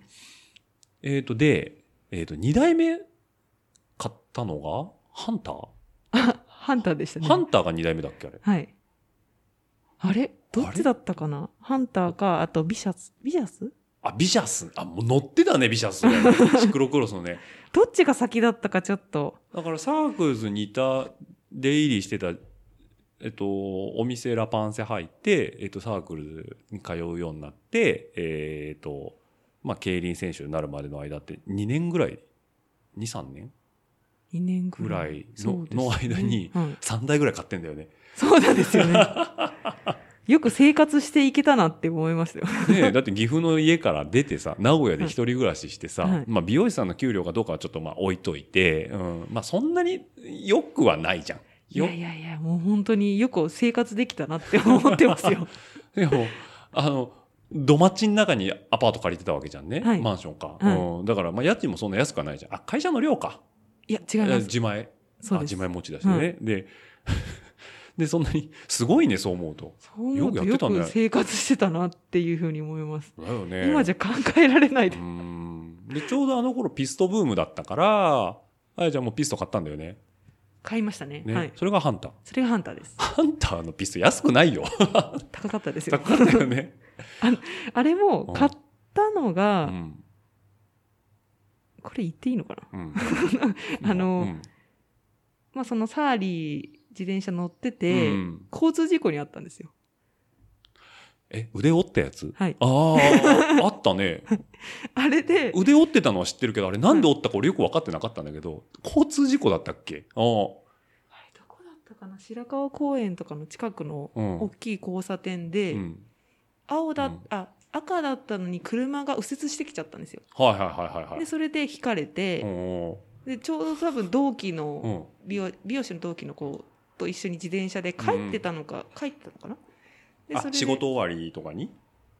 えっ、ー、と、で、えっ、ー、と、2代目買ったのが、ハンター
あ、ハンターでしたね。
ハンターが2代目だっけあれ。
はい。あれどっちだったかなハンターか、あとビシャス、ビシャス
あ、ビシャス。あ、もう乗ってたね、ビシャス。シクロクロスのね。
どっちが先だったかちょっと。
だからサークルズにいた、出入りしてた、えっと、お店ラパンセ入って、えっと、サークルズに通うようになって、えー、っと、まあ、競輪選手になるまでの間って2年ぐらい ?2、3年
?2 年ぐ
らいの,ね、の間に3台ぐらい買ってんだよね。
そうなんですよね。よく生活していけたなって思いましたよ
ねだって岐阜の家から出てさ、名古屋で一人暮らししてさ、はい、まあ美容師さんの給料かどうかはちょっとまあ置いといて、うん、まあそんなによくはないじゃん。
いやいやいや、もう本当によく生活できたなって思ってますよ
でも、あの、土町の中にアパート借りてたわけじゃんね。はい、マンションか、はい、うん。だからまあ家賃もそんな安くはないじゃん。あ、会社の寮か。
いや、違います。
自前。
そうです。
自前持ちだしね。で、 で、そんなに、すごいね、そう思うと。
そう思うと、よく、ね、生活してたなっていうふうに思います。
だよね。
今じゃ考えられない
で。で、ちょうどあの頃ピストブームだったから、あやちゃんもピスト買ったんだよね。
買いましたね。ねはい。
それがハンター。
それがハンターです。
ハンターのピスト安くないよ。
高かったですよ。
高かったよ ね。
ああれも、買ったのが、うん、これ言っていいのかな、うん、あの、うん、まあ、そのサーリー、自転車乗ってて、うん、交通事故にあったんですよ。
え、腕折ったやつ
はい。
ああ、あ ったね。
あれで。
腕折ってたのは知ってるけど、あれなんで折ったか俺よく分かってなかったんだけど、交通事故だったっけああ。あれ
どこだったかな白川公園とかの近くの大きい交差点で、うん、青だ、うん、あ、赤だったのに車が右折してきちゃったんですよ。
はいはいはいはい、はい。
で、それで引かれて、で、ちょうど多分同期の美容、美容師の同期の子と一緒に自転車で帰ってたのか、うん、帰ってたのかな
でそれ仕事終わりとかに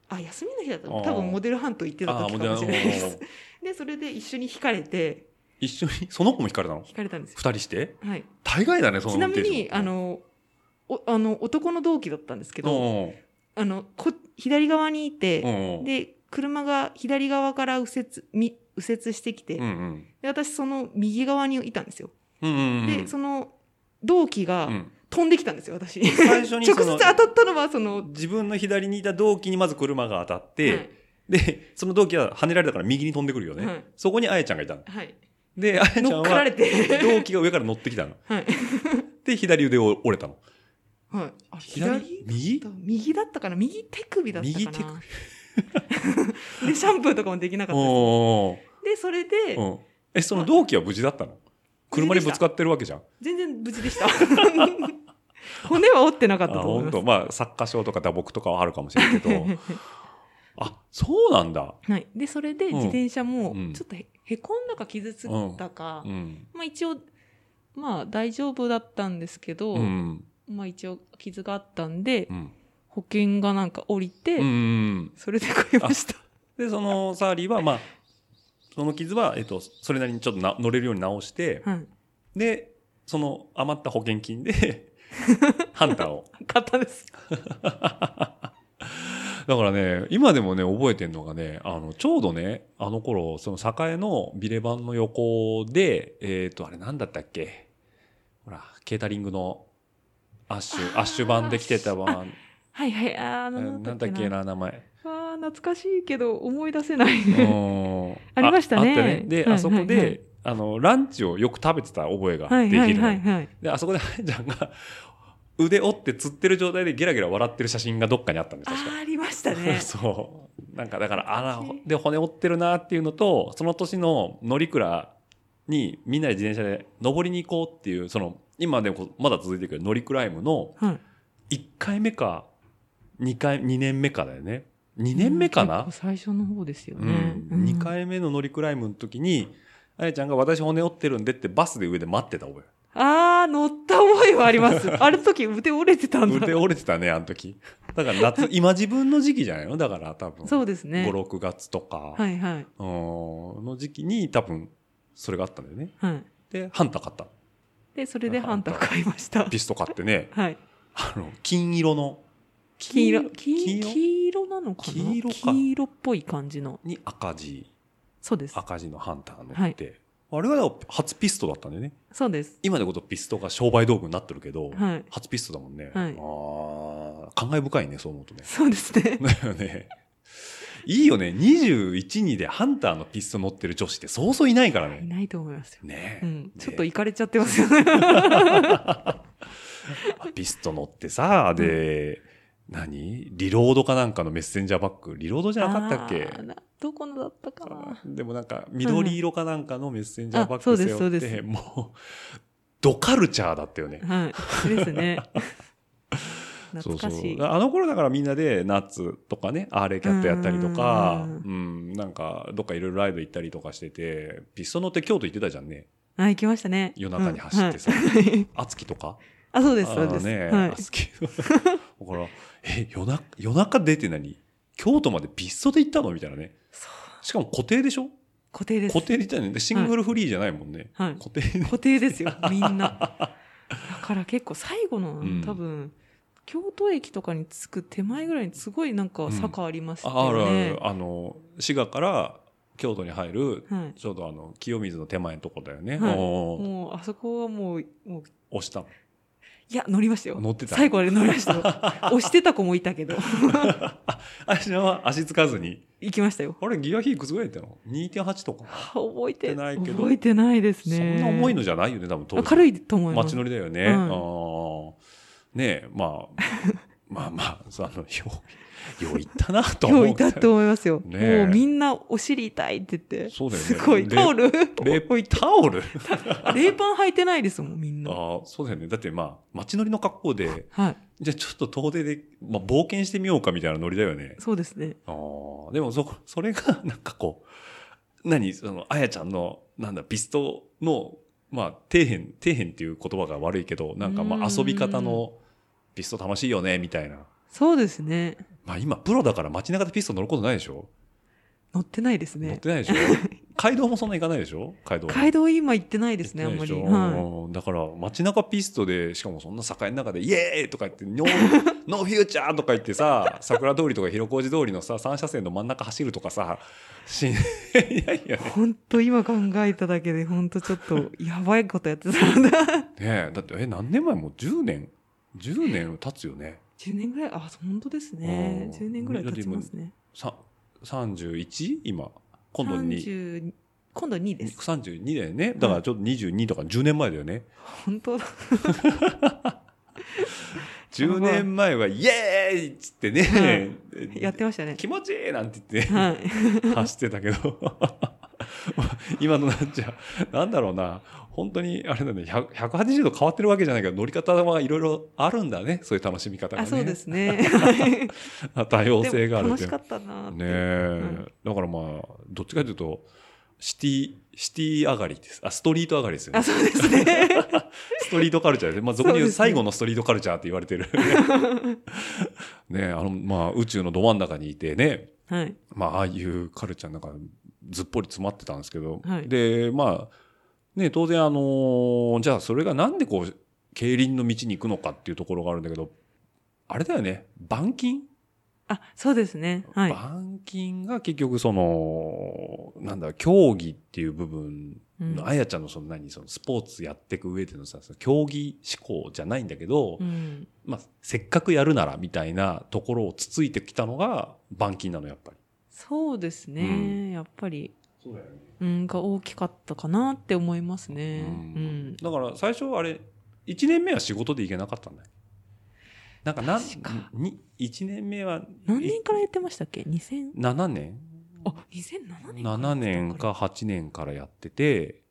あ休みの日だった多分モデルハント行ってた時かもしれないです でそれで一緒に引かれて
一緒にその子も引かれたの
引かれたんですよ
2人して
はい
大概だねその
ちなみにあのおあの男の同期だったんですけどあのこ左側にいてで車が左側から右折み右折してきて、うんうん、で私その右側にいたんですよ、
うんうんうん、
でその同期が飛んできたんですよ、うん、 私。
最初に
直接当たったのはその。
自分の左にいた同期にまず車が当たって、はい、で、その同期は跳ねられたから右に飛んでくるよね。はい、そこにあやちゃんがいたの。
はい、
で、あやちゃんは、同期が上から乗ってきたの。 で、左腕を折れたの。
はい。左
右
右だったかな右手首だったかな
右手
首。で、シャンプーとかもできなかったでで、それで、
うん、え、その同期は無事だったの車にぶつかってるわけじゃん。
全然無事でした。 骨は折ってなかったと思います。
あまあ、サッカー症とか打撲とかはあるかもしれないけど。 あ、そうなんだ。
はい。で、それで自転車も、ちょっとへ,、へこんだか傷つったか、うんうん、まあ一応、まあ大丈夫だったんですけど、うん、まあ一応傷があったんで、保険がなんか降りて、それで買いました。
で、そのサーリーは、まあ、その傷は、えっと、それなりにちょっとな乗れるように直して、
はい、
で、その余った保険金 でハンターを。
買ったです。だ
からね、今でもね、覚えてんのがね、あの、ちょうどね、あの頃、その栄のビレバンの横で、えっ、ー、と、あれなんだったっけほら、ケータリングのアッシュ、アッシュ版で来てた 版。
はいはい、あ
の、なんだっけな、名前。
ああ、懐かしいけど、思い出せない ありましたね。
ねで、はい、あそこで、はいはい、あの、ランチをよく食べてた覚えができる。はいはいはいはい、で、あそこで、はやちゃんが、腕折って釣ってる状態でゲラゲラ笑ってる写真がどっかにあったんです
あーありましたね
そうなんかだからあらで骨折ってるなっていうのとその年の乗鞍にみんなで自転車で登りに行こうっていうその今でもまだ続いてるけど乗りクライムの
はい
1回目か2回2年目かだよね2年目かな、
結構最初の方ですよ
う
ね、
ん
うん
2回目の乗りクライムの時にあやちゃんが「私骨折ってるんで」ってバスで上で待ってた覚え
ああ乗った覚えはありますあれ時腕折れてたんだ
腕折れてたねあの時だから夏今自分の時期じゃないのだから多分
そうですね
56月とか、
はいはい
うんの時期に多分それがあったんだよね
はい
でハンター買った
でそれでハンター買いました
ピスト買って ね
はい
あの金色の
黄色
黄
黄
色
黄色なのかな
黄色か
黄色っぽい感じの
に赤字
そうです
赤字のハンター乗って、あれが初ピストだったんだよね
そうです
今でことピストが商売道具になってるけど、
はい
初ピストだもんね、
はい
ああ感慨深いねそう思うとね
そうですね
だよねいいよね212でハンターのピスト乗ってる女子ってそうそういないから
い
ね
ないと思いますよ、
ね
う
え、
ん
ね、
ちょっといかれちゃってますよね
ピスト乗ってさで、何リロードかなんかのメッセンジャーバッグリロードじゃなかったっけ
あーなどこのだったかな
でもなんか緑色かなんかのメッセンジャーバッ
あそ
グ
うで
背
すそう
負っ
で
て
す
もうドカルチャーだったよね
はい。で すね。懐かしい。
あの頃だからみんなでナッツとかね、アーレキャットやったりとか、う
うん
ん、なんかどっかいろいろライブ行ったりとかしてて、ピスト乗って京都行ってたじゃんね。
はい、行きましたね。
夜中に走ってさ
うんはい
あつきとか。
あ、そう
あ
です、そう
ー
です。
ね、
はい
あつき。 だから、え、夜中、夜中出て何京都までピストで行ったのみたいなね。
そう
しかも固定でしょ
固定です
固。定で行ったよね。でシングルフリーじゃないもんね。
はい
固定 で。
固定ですよ、みんな。だから結構最後の
うん、
多分、京都駅とかに着く手前ぐらいにすごいなんか坂ありました
あある
よ
あ
ね
る。。あの、滋賀から京都に入る、
は い。
ちょうどあの、清水の手前のとこだよね。
はい
おー
もう、あそこはもう、もう、
押したの
いや、乗りましたよ。
乗ってた
最後あれ乗りました よ。押してた子もいたけど。
あちらは足つかずに。
行きましたよ。
あれ、ギガヒークすごいやったの ?2.8 とか。
覚
覚
えて
えてないけど
覚えてないです
そ
ね。
んな重いのじゃないよね、多分当
あ
時。
軽いと思います。
街乗りだよね。
う
あ
ん
ーねえ、まあ、 まあまあ、そうあの、よう、よう行ったなと思
今
う。
日いたと思いますよ。
ねえ
もうみんなお尻痛いって言って。
そうだよね
すごい。
で
タオル
冷タオル
冷パン履いてないですもん、みん
あ
な。は
ーそうだよね。だってまあ、街乗りの格好で、
い。
じゃあちょっと遠出で、まあ、冒険してみようかみたいなノリだよね。
そうですね。
ああ、でもそこ、それが、 なんかこう、何、その、あやちゃんの、なんだ、ピストの、まあ、底辺、底辺っていう言葉が悪いけど、なんかま
う
あ、
ん
遊び方の、ピスト楽しいよね、みたいな。
そうですね。
まあ、今、プロだから街中でピスト乗ることないでしょ、
乗ってないです
乗っ
ね。
てないで しょ街道もそんな行かないでしょ街道。
街道今行ってないですね、あ
行っ
ん
てない
ま
で
り。
しょ
は
うんだから街中ピストでしかもそんな境の中で「イエーイ!」とか言って「ノー ノーフューチャー!」とか言ってさ桜通りとか広小路通りのさ3車線の真ん中走るとかさしいやいや
い。本当今考えただけで、本当ちょっと、やばいことやってたん だ。
ねえだってえ何年前もう10年10年経つよね
10年ぐらい、あ、本当ですね。
うん
10年ぐらい経ちますね。
さ 31? 今今度に
30今度2です。
32だよねだからちょっと22とか10年前だよね
本当だ。
10年前は「イエーイ!」っつってね、
やってましたね。
気持ちいいなんて言って
はい。
走ってたけど 今のなんちゃなんだろうな本当にあれだね100 180度変わってるわけじゃないけど乗り方はいろいろあるんだねそういう楽しみ方が
あ、
ね
そうですね。はい
多様性があ
でも
るっていう
楽しかったなって
ねえ、だからまあどっちかというとシティシティ上がりですあストリート上がりですよ
あ、
ね
そうですね。
ストリートカルチャーですね、まあ、俗に
そう
言
で
う
すね
最後のストリートカルチャーって言われ てるねえあのまあ宇宙のど真ん中にいてね
はい。
まあああいうカルチャーの中ずっぽり詰まってたんですけど、
はい
でまあね当然あのーじゃあそれがなんでこう競輪の道に行くのかっていうところがあるんだけどあれだよね板金
あ、そうですね。はい。
板金が結局その、なんだ、競技っていう部分
うん
の、あやちゃんのその何、そのスポーツやっていく上でのさ、その競技志向じゃないんだけど、
うん
まあ、せっかくやるならみたいなところをつついてきたのが板金なの、やっぱり。
そうですね。
うん
やっぱり、
そうだよね。
うん、が大きかったかなって思いますね。うん。
だから最初あれ、1年目は仕事で行けなかったんだよ。なんかなんに1年目は
何年からやってましたっけ ?2007
年
あ2007年
7年か8年からやってて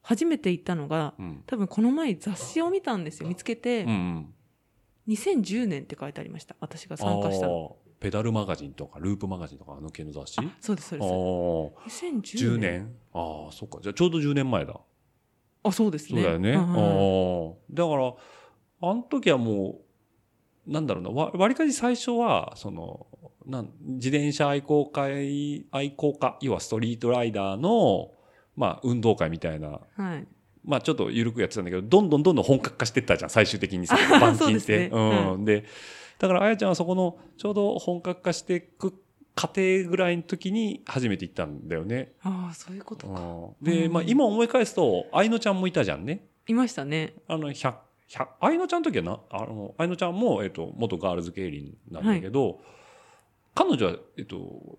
初めて行ったのが、うん、多分この前雑誌を見たんですよ見つけて、うん、2010年って書いてありました私が参加したの
ペダルマガジンとかループマガジンとかあの系の雑誌
そうですそうです
2010年10年ああそっかじゃあちょうど10年前だ
あそうですね
そうだよね、はい、ああだからあの時はもうなんだろうなわ割かし最初はそのなん自転車愛好会愛好家要はストリートライダーのまあ、運動会みたいな、
はい、
まあ、ちょっと緩くやってたんだけどどんどんどんどん本格化してったじゃん最終的にさ板金って。う,ね、うん、でだからあやちゃんはそこのちょうど本格化していく過程ぐらいの時に初めて行ったんだよね。
ああそういうことか。
うん、で、まあ、今思い返すと愛のちゃんもいたじゃんね。
いましたね。
あの100愛のちゃんの時はなあの愛のちゃんも、えっと、元ガールズ競輪なんだけど、はい、彼女は、えっと、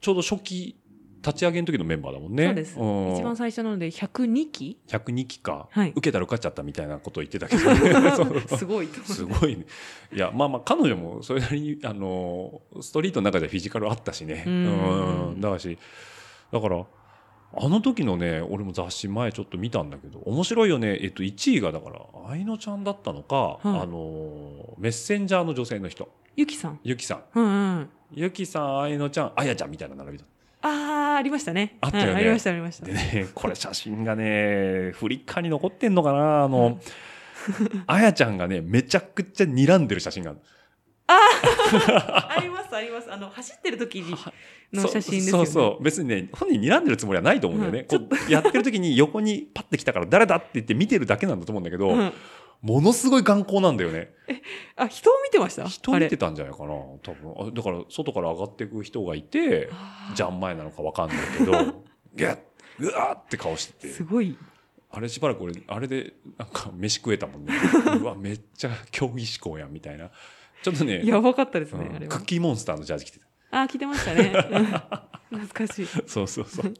ちょうど初期立ち上げの時のメンバーだもんね。
そうです。うん、一番最初なので102期
?102 期か、
はい、
受けたら受かっちゃったみたいなことを言ってたけ
ど。すごい。
すごいね。いや、まあまあ、彼女もそれなりに、あの、ストリートの中ではフィジカルあったしね。うん,うん。だし、だから、あの時のね、俺も雑誌前ちょっと見たんだけど、面白いよね。えっと、1位がだから、愛のちゃんだったのか、うん、あの、メッセンジャーの女性の人。
ゆきさん。
ゆきさ
ん。うんうん。
ゆきさん、愛のちゃん、あやちゃんみたいな並びだった。
ああ、ありましたね。。
あったよね、はい
ありました、ありました。
でね、これ写真がね、フリッカーに残ってんのかなあの、あやちゃんがね、めちゃくちゃ睨んでる写真がある。
ああありますありますあの走ってる時にの写真ですよ、
そ
ね、
うそう別にね本人睨んでるつもりはないと思うんだよね、うん、こうやってる時に横にパッて来たから誰だって言って見てるだけなんだと思うんだけど、うんものすごい眼光なんだよね。
あ、人を見てました
人を見てたんじゃないかな、多分。だから、外から上がっていく人がいて、じゃん前なのかわかんない けど、ギャッ、うわーって顔してて。
すごい。
あれしばらく俺、あれで、なんか飯食えたも んね。うわ、めっちゃ競技志向やん、みたいな。ちょっとね。
やばかったですね、
うん、クッキーモンスターのジャージ着てた。
あ、着てましたね。 うん、懐かしい。
そうそう そう。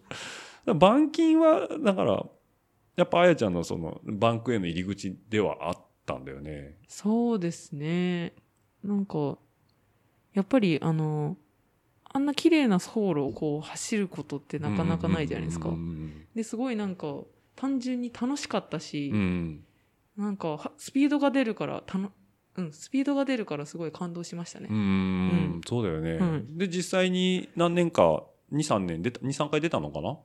板金は、だから、やっぱあやちゃんのそのバンクへの入り口ではあったんだよね。
そうですね。なんか、やっぱりあの、あんな綺麗な走路をこう走ることってなかなかないじゃないですか。で、すごいなんか単純に楽しかったし、うん、なんかスピードが出るからたの、うん、スピードが出るからすごい感動しましたね。
うん,うん、そうだよね。うん、で、実際に何年か、2、3年出た、2、3回出たのかな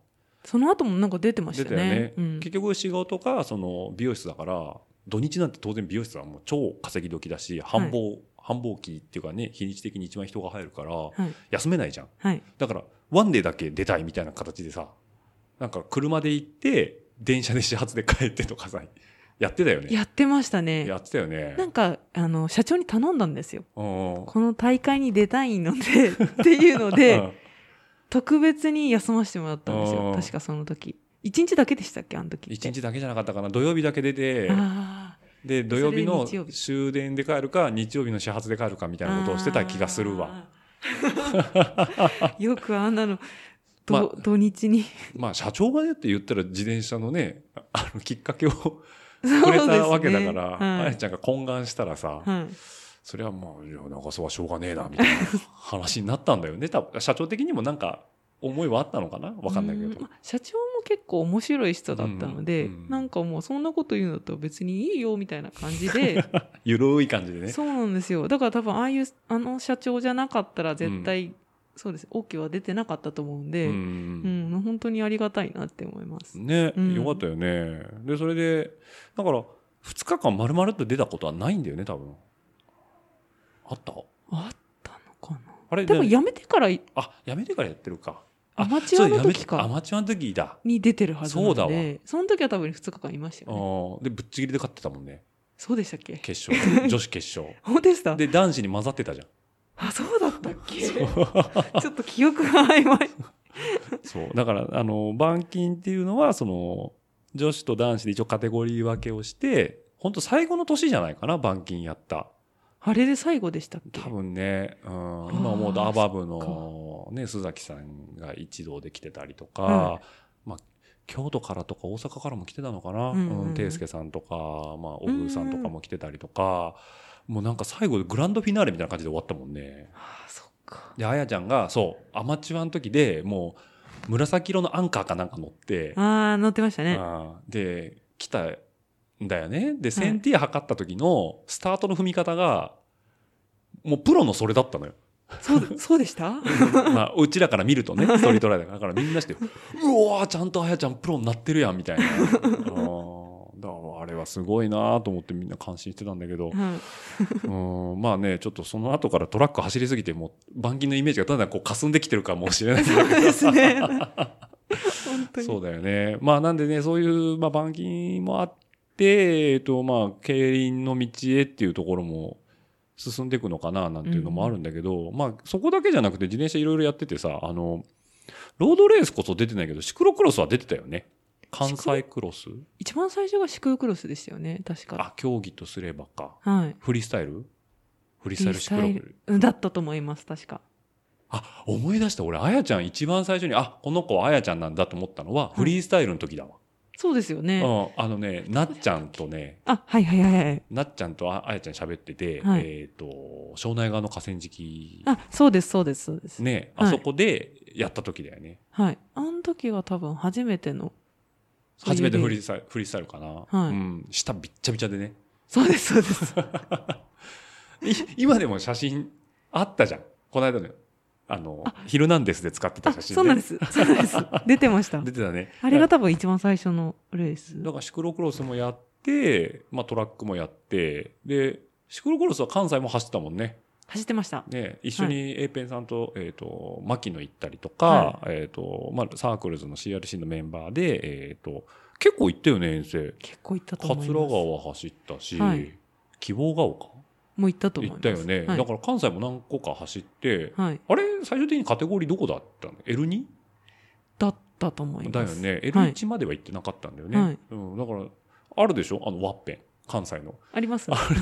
その後もなんか出てましたね。
結局仕事がその美容室だから土日なんて当然美容室はもう超稼ぎ時だし繁忙、繁忙期っていうかね日にち的に一番人が入るから、休めないじゃん、だからワンデーだけ出たいみたいな形でさなんか車で行って電車で始発で帰ってとかさ やってたよね
やってましたね
やってたよね
なんかあの社長に頼んだんですよこの大会に出たいので っていうので、特別に休ませてもらったんですよ確かその時1日だけでしたっけあの時
1日だけじゃなかったかな土曜日だけ出てで土曜日の終電で帰るか日曜日の始発で帰るかみたいなことをしてた気がするわ
よくあんなのまあ、土日に
まあ社長がねって言ったら自転車のねあのきっかけを くれたわけだから、ね、はい、あやちゃんが懇願したらさ、はいそれはもう、いや、なんかそうはしょうがねえな、みたいな 話になったんだよね。多分、社長的にもなんか、思いはあったのかなわかんないけど、
まあ。社長も結構面白い人だったので、うんうん、なんかもうそんなこと言うんだったら別にいいよ、みたいな感 じで。
ゆるい感じでね。
そうなんですよ。だから多分、ああいう、あの社長じゃなかったら絶対、うん、そうです。OK は出てなかったと思うんで、うん、うん、本当にありがたいなって思います。
ね、うん、よかったよね。で、それで、だから、2日間丸々と出たことはないんだよね、多分。あった
あったのかな
あれ
でもやめてから
あやめてからやってるか
アマチュアの時か
アマチュアの時だ
に出てるはず
そうだわ
その時は多分2日間いましたよ
ねでぶっちぎりで勝ってたもんね
そうでしたっけ
決 勝女子決勝
本当でした
で男子に混ざってたじゃん
あそうだったっけ ちょっと記憶が曖昧
そうだからあの板金っていうのはその女子と男子で一応カテゴリー分けをして本当最後の年じゃないかな板金やった
あれで最後でしたっけ
多分ね、うん、今思うとアバブの、ね、須崎さんが一同で来てたりとか、うん、まあ、京都からとか大阪からも来てたのかな、うん、うん、圭介さんとか、まあ、小栗さんとかも来てたりとか、もうなんか最後でグランドフィナーレみたいな感じで終わったもんね。
ああ、そっか。
で、あやちゃんが、そう、アマチュアの時でもう、紫色のアンカーかなんか乗って。
ああ、乗ってましたね。
あで、来たんだよね。で、センティア測った時のスタートの踏み方が、もうプロのそれだったのよ。
そうそうでした
まあうちらから見るとねストリートライダーだからみんなして「うわちゃんとあやちゃんプロになってるやん」みたいなだからあれはすごいなと思ってみんな感心してたんだけど、うん、んまあねちょっとその後からトラック走りすぎてもう板金のイメージがだんだんこう霞んできてるかもしれないんだけどさ。
ね、
そうだよね。まあなんでねそういう、まあ、板金もあって、えっとまあ、競輪の道へっていうところも進んでいくのかななんていうのもあるんだけど、うん、まあそこだけじゃなくて自転車いろいろやっててさあのロードレースこそ出てないけどシクロクロスは出てたよね関西クロス
一番最初がシクロクロスでしたよね確か
あ競技とすればか、
はい、
フリースタイルフリースタイルシクロク
ロスだったと思います確か
あ思い出した俺あやちゃん一番最初にあこの子はあやちゃんなんだと思ったのは、うん、フリースタイルの時だわ、
そうですよね。
うん、あのね、なっちゃんとね、
あ、はいはいはい。
なっちゃんとああやちゃん喋ってて、はい、えっ、ー、と、庄内側の河川敷。
あ、そうですそうですそうです。
ね、はい、あそこでやった時だよね。
はい。あの時は多分初めての。
初めてフリースタイル、フリースタイルかな。、
はい。うん
下びっちゃびちゃでね。
そうですそうです。
今でも写真あったじゃん。この間のあの、ヒルナンデスで使ってた写真
そうなんです。そうなんです。 出てました。
出てたね。
あれが多分一番最初のレース。
だからシクロクロスもやって、まあトラックもやって、で、シクロクロスは関西も走ったもんね。
走ってました。
ね、一緒に A ペンさんと、はい、えっ、ー、と、牧野行ったりとか、はい、えっ、ー、と、まあ、サークルズの CRC のメンバーで、えっ、ー、と、結構行ったよね、遠征。
結構行ったと思います。
桂川走ったし、はい、希望が丘
もう行ったと思
いったよね、はい、だから関西も何個か走って、
はい、
あれ最終的にカテゴリーどこだったの L2?
だったと思います
だよね L1 までは行ってなかったんだよね、はい、うん、だからあるでしょあのワッペン関西 の
あります
だか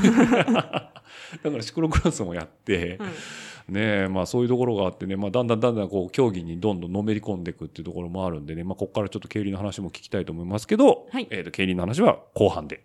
らシクロクロスもやって、ねまあ、そういうところがあってね、まあ、だんだんだんだんこう競技にどんどんのめり込んでいくっていうところもあるんでね、まあ、ここからちょっと競輪の話も聞きたいと思いますけど、
はい
えー、と競輪の話は後半で。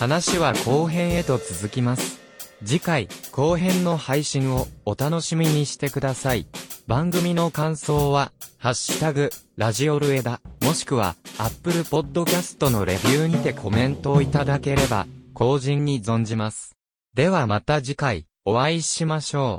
話は後編へと続きます。次回、後編の配信をお楽しみにしてください。番組の感想は、ハッシュタグ、ラジオルエダ、もしくは、アップルポッドキャストのレビューにてコメントをいただければ、後人に存じます。ではまた次回、お会いしましょう。